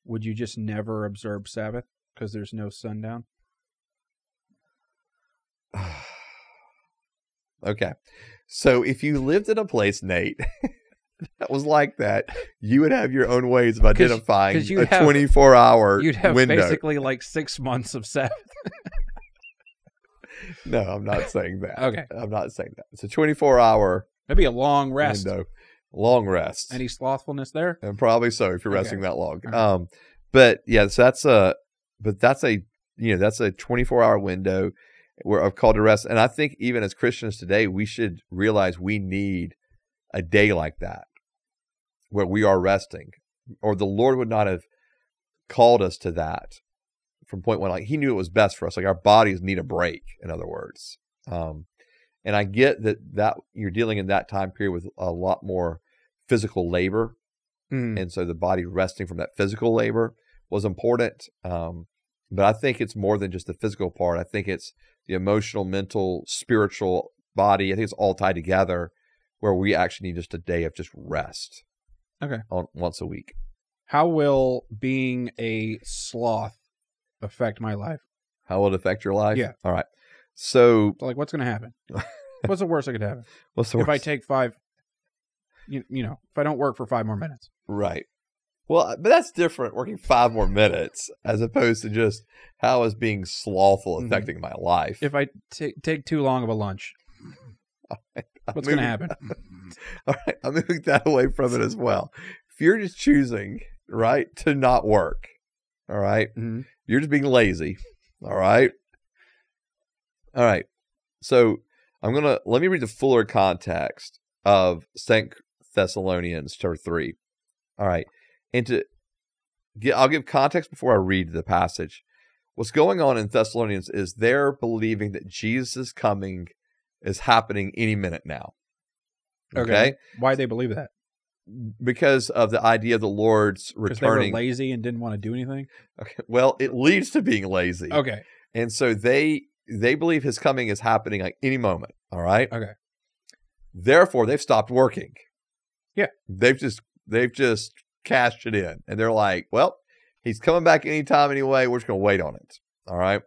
Speaker 1: Would you just never observe Sabbath because there's no sundown?
Speaker 2: okay, so if you lived in a place, Nate, that was like that, you would have your own ways of
Speaker 1: 'Cause- 'cause
Speaker 2: identifying
Speaker 1: you'd
Speaker 2: a
Speaker 1: have-
Speaker 2: twenty-four hour
Speaker 1: You'd have
Speaker 2: window.
Speaker 1: basically like six months of Sabbath.
Speaker 2: No, I'm not saying that.
Speaker 1: Okay,
Speaker 2: I'm not saying that. It's a 24 hour
Speaker 1: that'd be a long rest.
Speaker 2: window, long rest,
Speaker 1: Any slothfulness there?
Speaker 2: and probably so if you're
Speaker 1: Okay.
Speaker 2: resting that long.
Speaker 1: All right.
Speaker 2: Um, but yeah, so that's a, but that's a, you know, that's a 24 hour window where I've called to rest, and I think even as Christians today, we should realize we need a day like that where we are resting, or the Lord would not have called us to that from point one. Like He knew it was best for us. Like our bodies need a break. In other words, um, and I get that that you're dealing in that time period with a lot more physical labor,
Speaker 1: Hmm.
Speaker 2: and so the body resting from that physical labor was important. Um, but I think it's more than just the physical part. I think it's the emotional, mental, spiritual, body. I think it's all tied together, where we actually need just a day of just rest.
Speaker 1: Okay.
Speaker 2: On once a week.
Speaker 1: How will being a sloth affect my life?
Speaker 2: How will it affect your life?
Speaker 1: Yeah.
Speaker 2: All right. So
Speaker 1: So, like, what's going to happen? what's the worst that could happen
Speaker 2: what's the
Speaker 1: if I
Speaker 2: worst?
Speaker 1: take five? You, you know, if I don't work for five more minutes,
Speaker 2: Right. Well, uh, but that's different working five more minutes as opposed to just how is being slothful
Speaker 1: Mhm.
Speaker 2: affecting my life.
Speaker 1: if I ta- take too long of a lunch,
Speaker 2: I'm
Speaker 1: what's going to
Speaker 2: moving-
Speaker 1: happen?
Speaker 2: All right. I'm moving that away from it as well. If you're just choosing, right, to not work, all right,
Speaker 1: hmm
Speaker 2: you're just being lazy, all right? All right. So I'm going to let me read the fuller context of Second Thessalonians chapter 3. All right. And to get, I'll give context before I read the passage. What's going on in Thessalonians is they're believing that Jesus' coming is happening any minute now.
Speaker 1: Okay.
Speaker 2: okay?
Speaker 1: Why they believe that?
Speaker 2: because of the idea of the Lord's
Speaker 1: Because they were
Speaker 2: returning.
Speaker 1: lazy and didn't want to do anything.
Speaker 2: Okay, well, it leads to being lazy,
Speaker 1: Okay.
Speaker 2: and so they they believe His coming is happening like any moment. All right.
Speaker 1: Okay.
Speaker 2: Therefore, they've stopped working.
Speaker 1: Yeah.
Speaker 2: They've just they've just cashed it in, and they're like, well, He's coming back anytime anyway. We're just going to wait on it. All right.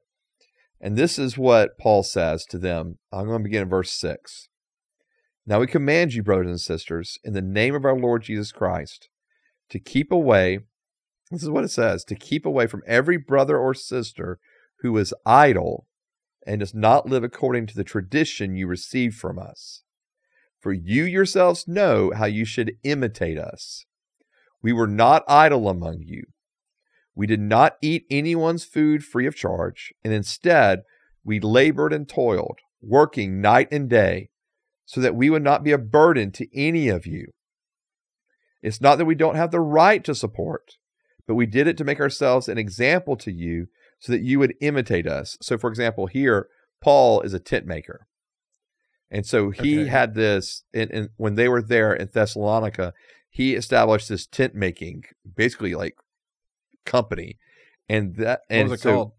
Speaker 2: And this is what Paul says to them. I'm going to begin in verse six. Now we command you, brothers and sisters, in the name of our Lord Jesus Christ, to keep away. This is what it says to keep away from every brother or sister who is idle and does not live according to the tradition you received from us. For you yourselves know how you should imitate us. We were not idle among you. We did not eat anyone's food free of charge, and instead we labored and toiled, working night and day, so that we would not be a burden to any of you. It's not that we don't have the right to support, but we did it to make ourselves an example to you so that you would imitate us. So, for example, here, Paul is a tent maker. And so he
Speaker 1: Okay.
Speaker 2: had this, and, and when they were there in Thessalonica, he established this tent making, basically like company. And that,
Speaker 1: What
Speaker 2: and
Speaker 1: was it
Speaker 2: so
Speaker 1: called?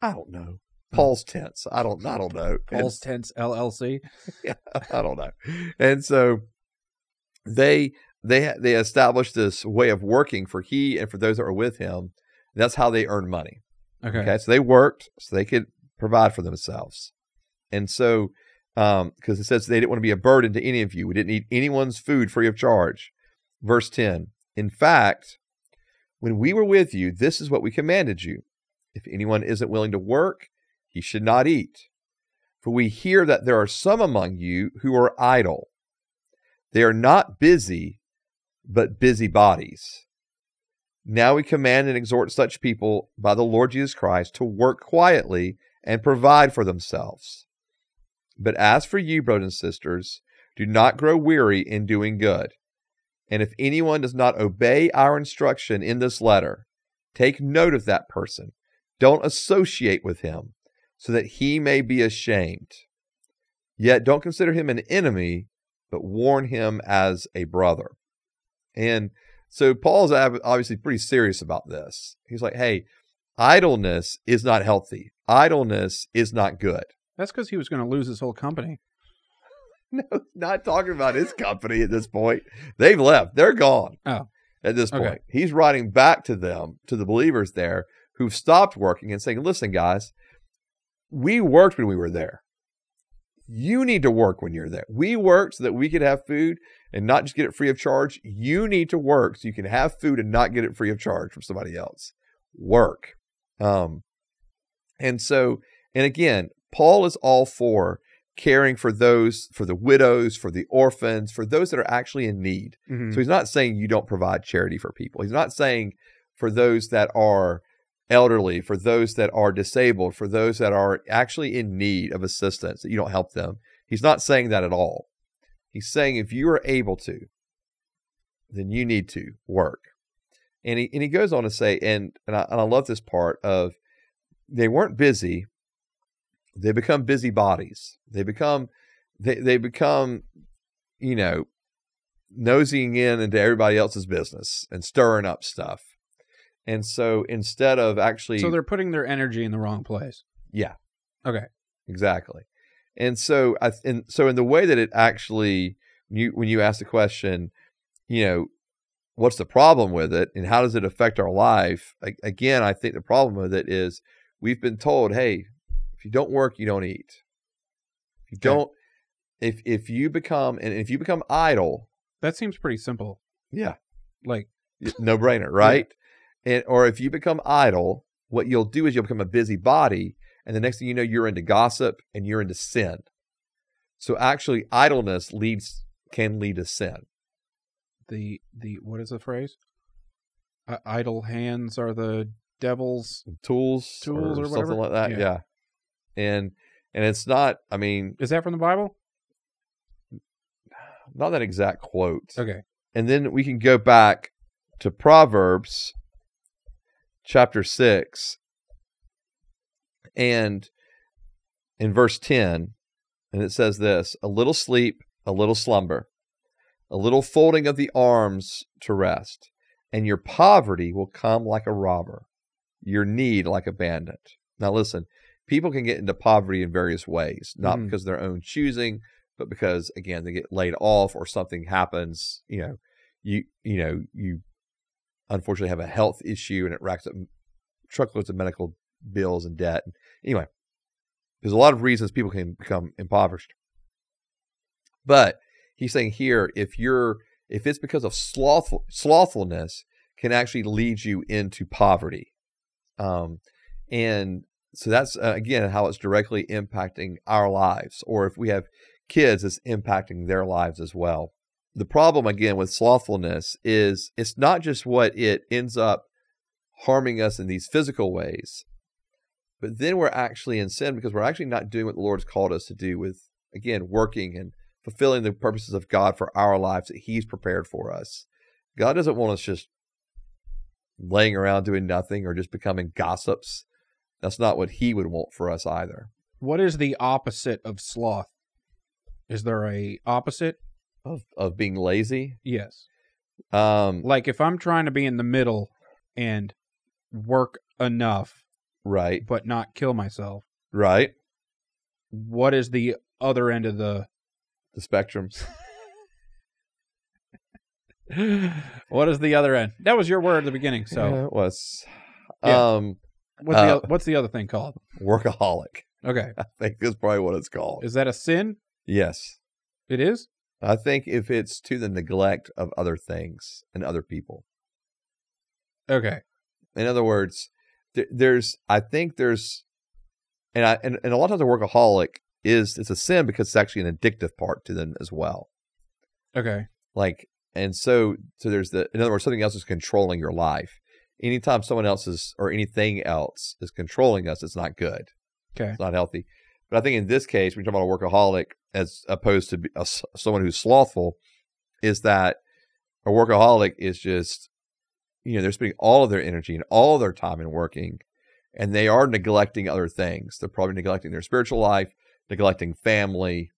Speaker 2: I don't know. Paul's tense. I don't. I don't know. And-
Speaker 1: Paul's Tense LLC.
Speaker 2: I don't know. And so they they they established this way of working for he and for those that were with him. That's how they earn money.
Speaker 1: Okay.
Speaker 2: Okay, so they worked so they could provide for themselves, and so because it says they didn't want to be a burden to any of you, we didn't eat anyone's food free of charge. Verse ten. In fact, when we were with you, this is what we commanded you: if anyone isn't willing to work, he should not eat. For we hear that there are some among you who are idle; they are not busy, but busybodies. Now we command and exhort such people by the Lord Jesus Christ to work quietly and provide for themselves. But as for you, brothers and sisters, do not grow weary in doing good. And if anyone does not obey our instruction in this letter, take note of that person. Don't associate with him, so that he may be ashamed. Yet don't consider him an enemy, but warn him as a brother. And So Paul's ab- obviously pretty serious about this. He's like, hey, idleness is not healthy. Idleness is not good.
Speaker 1: That's because he was going to lose his whole company.
Speaker 2: No, not talking about his company at this point. They've left. They're gone.
Speaker 1: Oh.
Speaker 2: At this
Speaker 1: Okay.
Speaker 2: point. He's writing back to them, to the believers there who've stopped working and saying, listen, guys, we worked when we were there. You need to work when you're there. We worked so that we could have food and not just get it free of charge. You need to work so you can have food and not get it free of charge from somebody else. Work. Um, and so, and again, Paul is all for caring for those, for the widows, for the orphans, for those that are actually in need.
Speaker 1: Mhm.
Speaker 2: So he's not saying you don't provide charity for people. He's not saying for those that are elderly, for those that are disabled, for those that are actually in need of assistance, that you don't help them. He's not saying that at all. He's saying if you are able to, then you need to work. And he and he goes on to say, and and I, and I love this part of they weren't busy. They become busybodies. They become they they become you know nosying in into everybody else's business and stirring up stuff. And so instead of actually
Speaker 1: so they're putting their energy in the wrong place.
Speaker 2: yeah.
Speaker 1: Okay.
Speaker 2: Exactly. And so I th- and so in the way that it actually when you when you ask the question, you know, what's the problem with it and how does it affect our life? A- again, I think the problem with it is we've been told, hey, if you don't work, you don't eat. If you
Speaker 1: Okay.
Speaker 2: don't if if you become and if you become idle,
Speaker 1: That seems pretty simple.
Speaker 2: yeah,
Speaker 1: Like,
Speaker 2: no brainer, right? And or if you become idle, what you'll do is you'll become a busybody, and the next thing you know, you're into gossip and you're into sin. So actually, idleness leads can lead to sin.
Speaker 1: the the what is the phrase? Uh, idle hands are the devil's.
Speaker 2: Tools,
Speaker 1: Tools or
Speaker 2: something
Speaker 1: whatever?
Speaker 2: like that.
Speaker 1: Yeah.
Speaker 2: Yeah. and and it's not. I mean,
Speaker 1: Is that from the Bible?
Speaker 2: not that exact quote.
Speaker 1: Okay.
Speaker 2: And then we can go back to Proverbs chapter 6 and in verse 10, and it says this a little sleep, a little slumber, a little folding of the arms to rest, and your poverty will come like a robber, your need like a bandit. Now, listen, people can get into poverty in various ways, not
Speaker 1: Mhm.
Speaker 2: because of their own choosing, but because again they get laid off or something happens you know you you know you unfortunately have a health issue and it racks up truckloads of medical bills and debt anyway there's a lot of reasons people can become impoverished but he's saying here if you're if it's because of slothful, slothfulness can actually lead you into poverty um and so that's uh, again how it's directly impacting our lives or if we have kids is impacting their lives as well. The problem again with slothfulness is it's not just what it ends up harming us in these physical ways, but then we're actually in sin because we're actually not doing what the Lord's called us to do with again working and fulfilling the purposes of God for our lives that He's prepared for us. God doesn't want us just laying around doing nothing or just becoming gossips. That's not what He would want for us either.
Speaker 1: What is the opposite of sloth? Is there a opposite?
Speaker 2: Of of being lazy.
Speaker 1: Yes.
Speaker 2: Um,
Speaker 1: Like if I'm trying to be in the middle and work enough
Speaker 2: right.
Speaker 1: but not kill myself,
Speaker 2: Right.
Speaker 1: what is the other end of the
Speaker 2: The spectrums.
Speaker 1: what is the other end? That was your word at the beginning. So
Speaker 2: Yeah, it was.
Speaker 1: Yeah.
Speaker 2: Um,
Speaker 1: what's the
Speaker 2: Uh,
Speaker 1: oth- what's the other thing called?
Speaker 2: workaholic.
Speaker 1: Okay,
Speaker 2: I think is probably what it's called.
Speaker 1: is that a sin?
Speaker 2: yes.
Speaker 1: It is.
Speaker 2: I think if it's to the neglect of other things and other people.
Speaker 1: Okay,
Speaker 2: In other words, th- there's, I think there's, and I, and, and a lot of times a workaholic is, it's a sin because it's actually an addictive part to them as well.
Speaker 1: okay,
Speaker 2: like and so so there's the in other words something else is controlling your life anytime someone else is or anything else is controlling us it's not good
Speaker 1: Okay.
Speaker 2: it's not healthy but i think in this case we're talking about a workaholic as opposed to be- a s someone who's slothful is that a workaholic is just you know they're spending all of their energy and all their time in working and they are neglecting other things they're probably neglecting their spiritual life neglecting family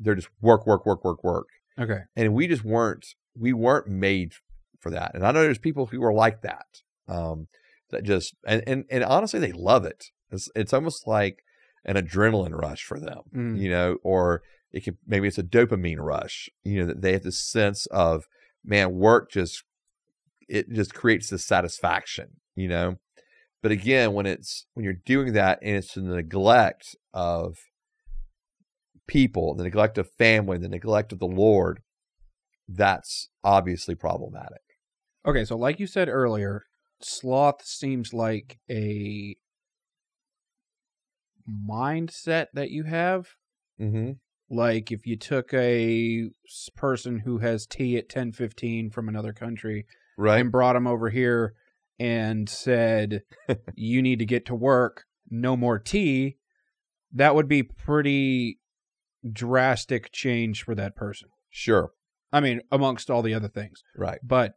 Speaker 2: they're just work work work work work
Speaker 1: okay.
Speaker 2: and we just weren't we weren't made for that. And I know there's people who are like that. Um, that just and, and and honestly, they love it. It's it's almost like an adrenaline rush for them,
Speaker 1: Mm.
Speaker 2: you know, or it can maybe it's a dopamine rush, you know, that they have this sense of man, work just it just creates this satisfaction, you know. But again, when it's when you're doing that and it's to the neglect of people, the neglect of family, the neglect of the Lord, that's obviously problematic.
Speaker 1: Okay, so like you said earlier, sloth seems like a mindset that you have.
Speaker 2: Mm-hmm.
Speaker 1: Like if you took a s- person who has tea at 10:15 from another country
Speaker 2: Right.
Speaker 1: and brought him over here and said you need to get to work, no more tea, that would be pretty drastic change for that person.
Speaker 2: Sure.
Speaker 1: I mean, amongst all the other things
Speaker 2: Right.
Speaker 1: but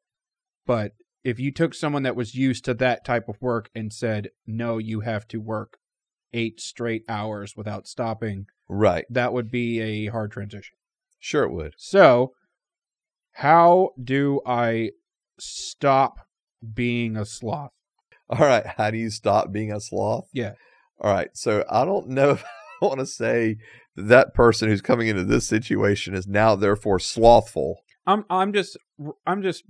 Speaker 1: but if you took someone that was used to that type of work and said no you have to work eight straight hours without stopping
Speaker 2: Right.
Speaker 1: that would be a hard transition
Speaker 2: Sure it would.
Speaker 1: so how do i stop being a sloth
Speaker 2: All right. How do you stop being a sloth?
Speaker 1: Yeah.
Speaker 2: All right. So I don't know if I want to say that that person who's coming into this situation is now therefore slothful.
Speaker 1: i'm i'm just i'm just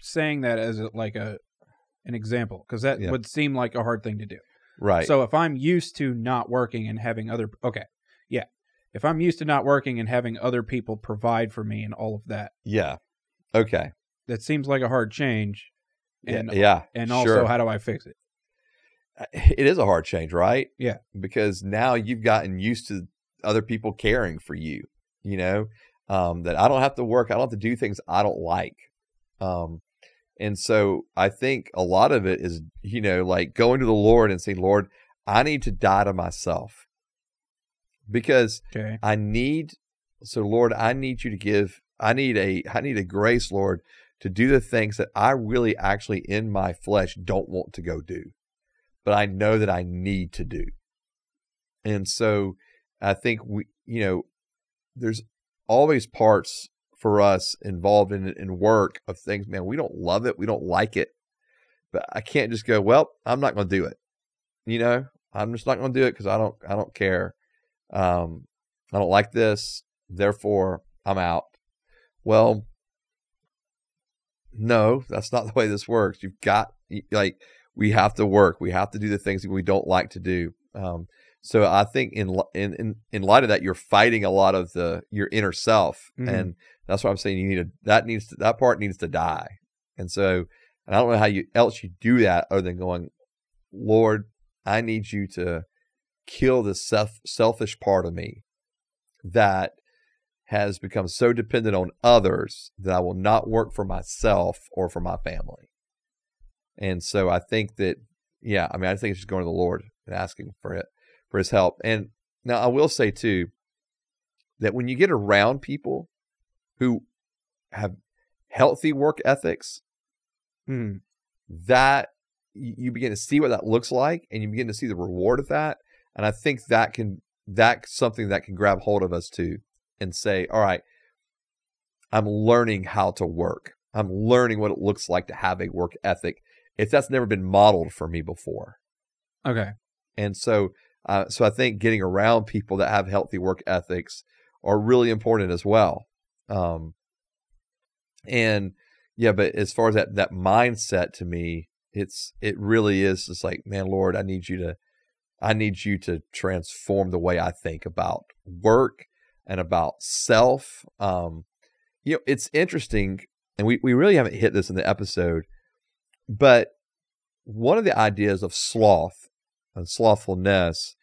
Speaker 1: saying that as a, like a an example because that
Speaker 2: Yeah.
Speaker 1: would seem like a hard thing to do
Speaker 2: Right.
Speaker 1: So if I'm used to not working and having other okay, yeah, if I'm used to not working and having other people provide for me and all of that,
Speaker 2: yeah. Okay.
Speaker 1: that seems like a hard change.
Speaker 2: Yeah,
Speaker 1: And
Speaker 2: yeah.
Speaker 1: and also,
Speaker 2: sure.
Speaker 1: how do I fix it?
Speaker 2: uh, it is a hard change, right?
Speaker 1: Yeah.
Speaker 2: Because now you've gotten used to other people caring for you, you know, um, that I don't have to work. I don't have to do things I don't like. Um, and so I think a lot of it is, you know, like going to the Lord and saying, Lord, I need to die to myself because
Speaker 1: Okay,
Speaker 2: I need, so Lord, I need you to give, I need a, I need a grace, Lord, to do the things that I really actually in my flesh don't want to go do, but I know that I need to do. And so I think we, you know, there's always parts for us involved in, in work of things, man, we don't love it. We don't like it, but I can't just go, well, I'm not going to do it. You know, I'm just not going to do it because I don't, I don't care. Um, I don't like this, therefore I'm out. Well, no, that's not the way this works. You've got y- like we have to work. We have to do the things that we don't like to do. Um, so I think in li- in in in light of that, you're fighting a lot of the your inner self,
Speaker 1: Mhm.
Speaker 2: and that's why I'm saying you need to that needs to, that part needs to die. And so, and I don't know how you else you do that other than going, Lord, I need you to kill this self selfish part of me that has become so dependent on others that I will not work for myself or for my family. And so I think that, yeah, I mean, I think it's just going to the Lord and asking for it, for his help. And now I will say too, that when you get around people who have healthy work ethics,
Speaker 1: Hmm.
Speaker 2: that you you begin to see what that looks like and you begin to see the reward of that and i think that can that's something that can grab hold of us too and say all right i'm learning how to work i'm learning what it looks like to have a work ethic if that's never been modeled for me before
Speaker 1: okay,
Speaker 2: and so uh, so i think getting around people that have healthy work ethics are really important as well um and yeah but as far as that that mindset to me it's it really is just like man lord i need you to i need you to transform the way i think about work and about self um you know it's interesting and we we really haven't hit this in the episode but one of the ideas of sloth and slothfulness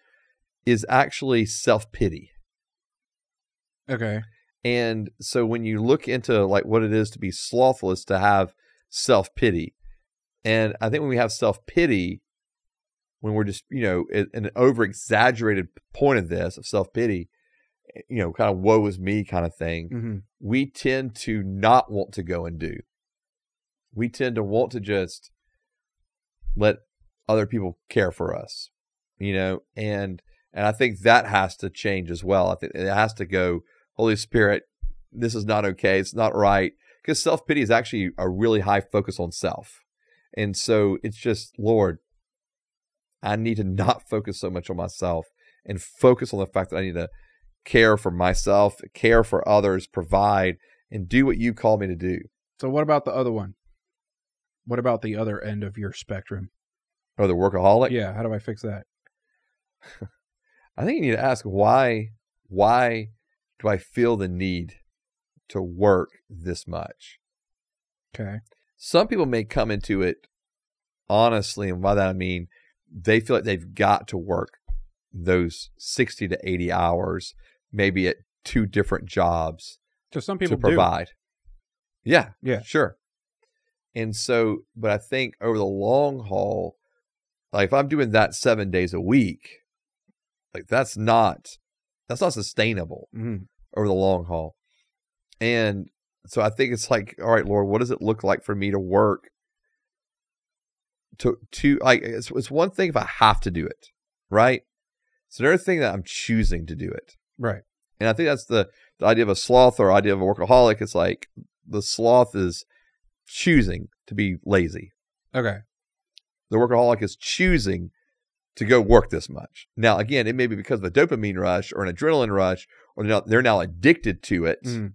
Speaker 2: is actually self-pity
Speaker 1: okay,
Speaker 2: and so when you look into like what it is to be slothful is to have self pity. And I think when we have self pity, when we're just, you know, a- an over exaggerated point of this, of self pity, you know, kind of woe is me kind of thing,
Speaker 1: hmm
Speaker 2: we tend to not want to go and do. We tend to want to just let other people care for us, you know, and and I think that has to change as well. I think it has to go, Holy Spirit, this is not okay. It's not right. because self pity is actually a really high focus on self. And so it's just, Lord, I need to not focus so much on myself and focus on the fact that I need to care for myself, care for others, provide, and do what you call me to do.
Speaker 1: So what about the other one? What about the other end of your spectrum?
Speaker 2: Or the workaholic.
Speaker 1: yeah, how do I fix that?
Speaker 2: I think you need to ask why why do I feel the need to work this much?
Speaker 1: Okay.
Speaker 2: Some people may come into it honestly, and by that I mean they feel like they've got to work those 60 to 80 hours, maybe at two different jobs
Speaker 1: Because some people
Speaker 2: to
Speaker 1: do.
Speaker 2: provide. Yeah.
Speaker 1: Yeah.
Speaker 2: Sure. And so, but I think over the long haul, like if I'm doing that seven days a week, like that's not that's not sustainable
Speaker 1: Mhm.
Speaker 2: over the long haul. And so I think it's like, all right, Lord, what does it look like for me to work to to like it's it's one thing if I have to do it, right? It's another thing that I'm choosing to do it.
Speaker 1: Right.
Speaker 2: And I think that's the, the idea of a sloth or idea of a workaholic. It's like the sloth is choosing to be lazy.
Speaker 1: Okay.
Speaker 2: The workaholic is choosing to go work this much. Now, again, it may be because of a dopamine rush or an adrenaline rush, or they're now, they're now addicted to it,
Speaker 1: Mm.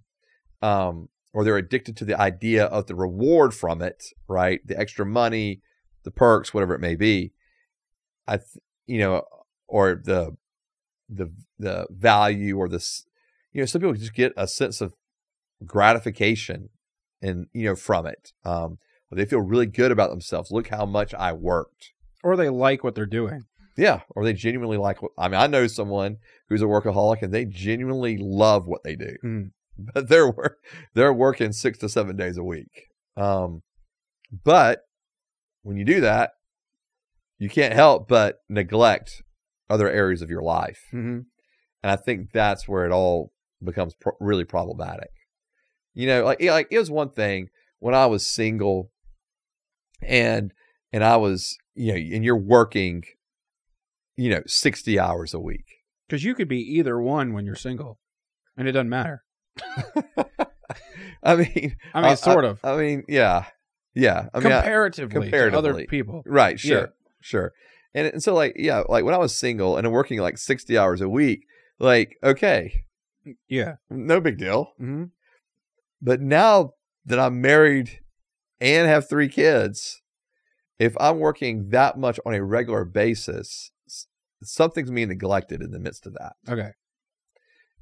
Speaker 2: um, or they're addicted to the idea of the reward from it, right? The extra money, the perks, whatever it may be. I, th- you know, or the, the the value or this, you know, some people just get a sense of gratification, and you know, from it. Um, they feel really good about themselves. Look how much I worked.
Speaker 1: Or they like what they're doing.
Speaker 2: Yeah, or they genuinely like. what- I mean, I know someone who's a workaholic, and they genuinely love what they do,
Speaker 1: Mm.
Speaker 2: but they're wor- they're working six to seven days a week. Um, but when you do that, you can't help but neglect other areas of your life,
Speaker 1: Mm-hmm.
Speaker 2: and I think that's where it all becomes pro- really problematic. You know, like yeah, like it was one thing when I was single, and and I was you know, and you're working, you know, sixty hours a week.
Speaker 1: Because you could be either one when you're single, and it doesn't matter.
Speaker 2: I mean,
Speaker 1: I mean,
Speaker 2: Uh, I-
Speaker 1: sort of.
Speaker 2: I mean, yeah, yeah. I mean, I-
Speaker 1: comparatively, to other
Speaker 2: comparatively.
Speaker 1: people.
Speaker 2: Right, sure.
Speaker 1: Yeah.
Speaker 2: Sure. And and so like yeah, like when I was single and working like 60 hours a week, like okay,
Speaker 1: Yeah.
Speaker 2: no big deal.
Speaker 1: Mm-hmm.
Speaker 2: But now that I'm married and have 3 kids, if I'm working that much on a regular basis, s- something's being neglected in the midst of that.
Speaker 1: Okay.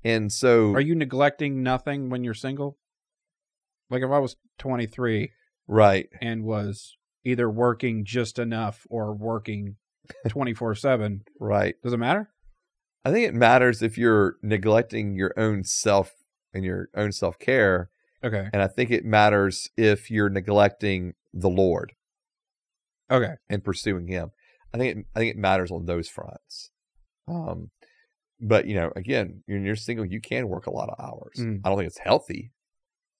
Speaker 2: And so
Speaker 1: Are you neglecting nothing when you're single? Like if I was 23
Speaker 2: right.
Speaker 1: and was either working just enough or working 24 7,
Speaker 2: Right.
Speaker 1: does it matter?
Speaker 2: I think it matters if you're neglecting your own self and your own self-care,
Speaker 1: Okay.
Speaker 2: and I think it matters if you're neglecting the Lord.
Speaker 1: Okay.
Speaker 2: and pursuing him. I think it, I think it matters on those fronts. Um, but you know, again, when you're single, you can work a lot of hours.
Speaker 1: Mm.
Speaker 2: I don't think it's healthy,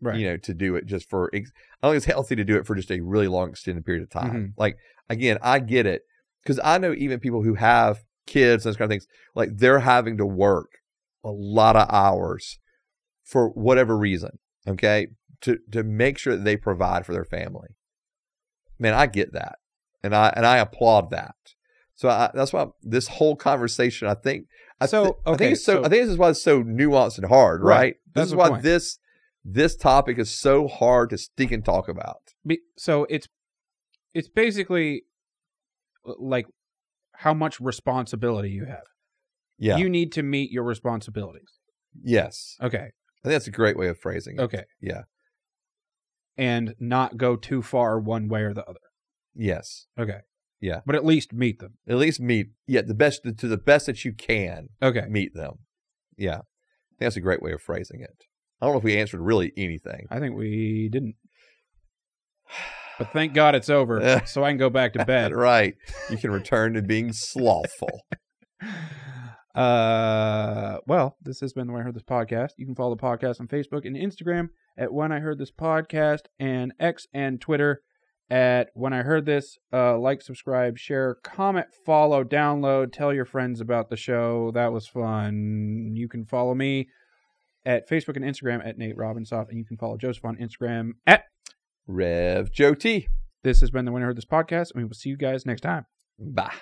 Speaker 1: Right.
Speaker 2: you know, to do it just for. Ex- I don't think it's healthy to do it for just a really long extended period of time.
Speaker 1: Mm-hmm.
Speaker 2: Like again, I get it because I know even people who have kids and those kind of things, like they're having to work a lot of hours for whatever reason. Okay, to to make sure that they provide for their family. Man, I get that and I and I applaud that. So I, that's why this whole conversation, I think, I,
Speaker 1: So,
Speaker 2: thi- I
Speaker 1: okay,
Speaker 2: think it's so,
Speaker 1: so-
Speaker 2: I think this is why it's so nuanced and hard,
Speaker 1: Right.
Speaker 2: right?
Speaker 1: That's
Speaker 2: This is
Speaker 1: the
Speaker 2: why
Speaker 1: point.
Speaker 2: this this topic is so hard to stink and talk about.
Speaker 1: Be- so it's it's basically uh, like how much responsibility you have.
Speaker 2: Yeah.
Speaker 1: You need to meet your responsibilities.
Speaker 2: yes,
Speaker 1: Okay.
Speaker 2: I think that's a great way of phrasing it.
Speaker 1: Okay.
Speaker 2: Yeah.
Speaker 1: And not go too far one way or the other,
Speaker 2: Yes.
Speaker 1: but at least meet them.
Speaker 2: At least meet. Yeah. The best to the best that you can
Speaker 1: Okay.
Speaker 2: meet them. Yeah. I think that's a great way of phrasing it. I don't know if we answered really anything.
Speaker 1: I think we didn't. But thank God it's over, so I can go back to bed.
Speaker 2: right. You can return to being slothful.
Speaker 1: Uh, well, this has been the When I Heard This podcast. You can follow the podcast on Facebook and Instagram at When I Heard This podcast and X and Twitter at When I Heard This. Uh, like, subscribe, share, comment, follow, download, tell your friends about the show. That was fun. You can follow me at Facebook and Instagram at Nate Robinsoff, and you can follow Joseph on Instagram at
Speaker 2: Rev Joti.
Speaker 1: This has been the Winner Heard This Podcast, and we will see you guys next time.
Speaker 2: Bye.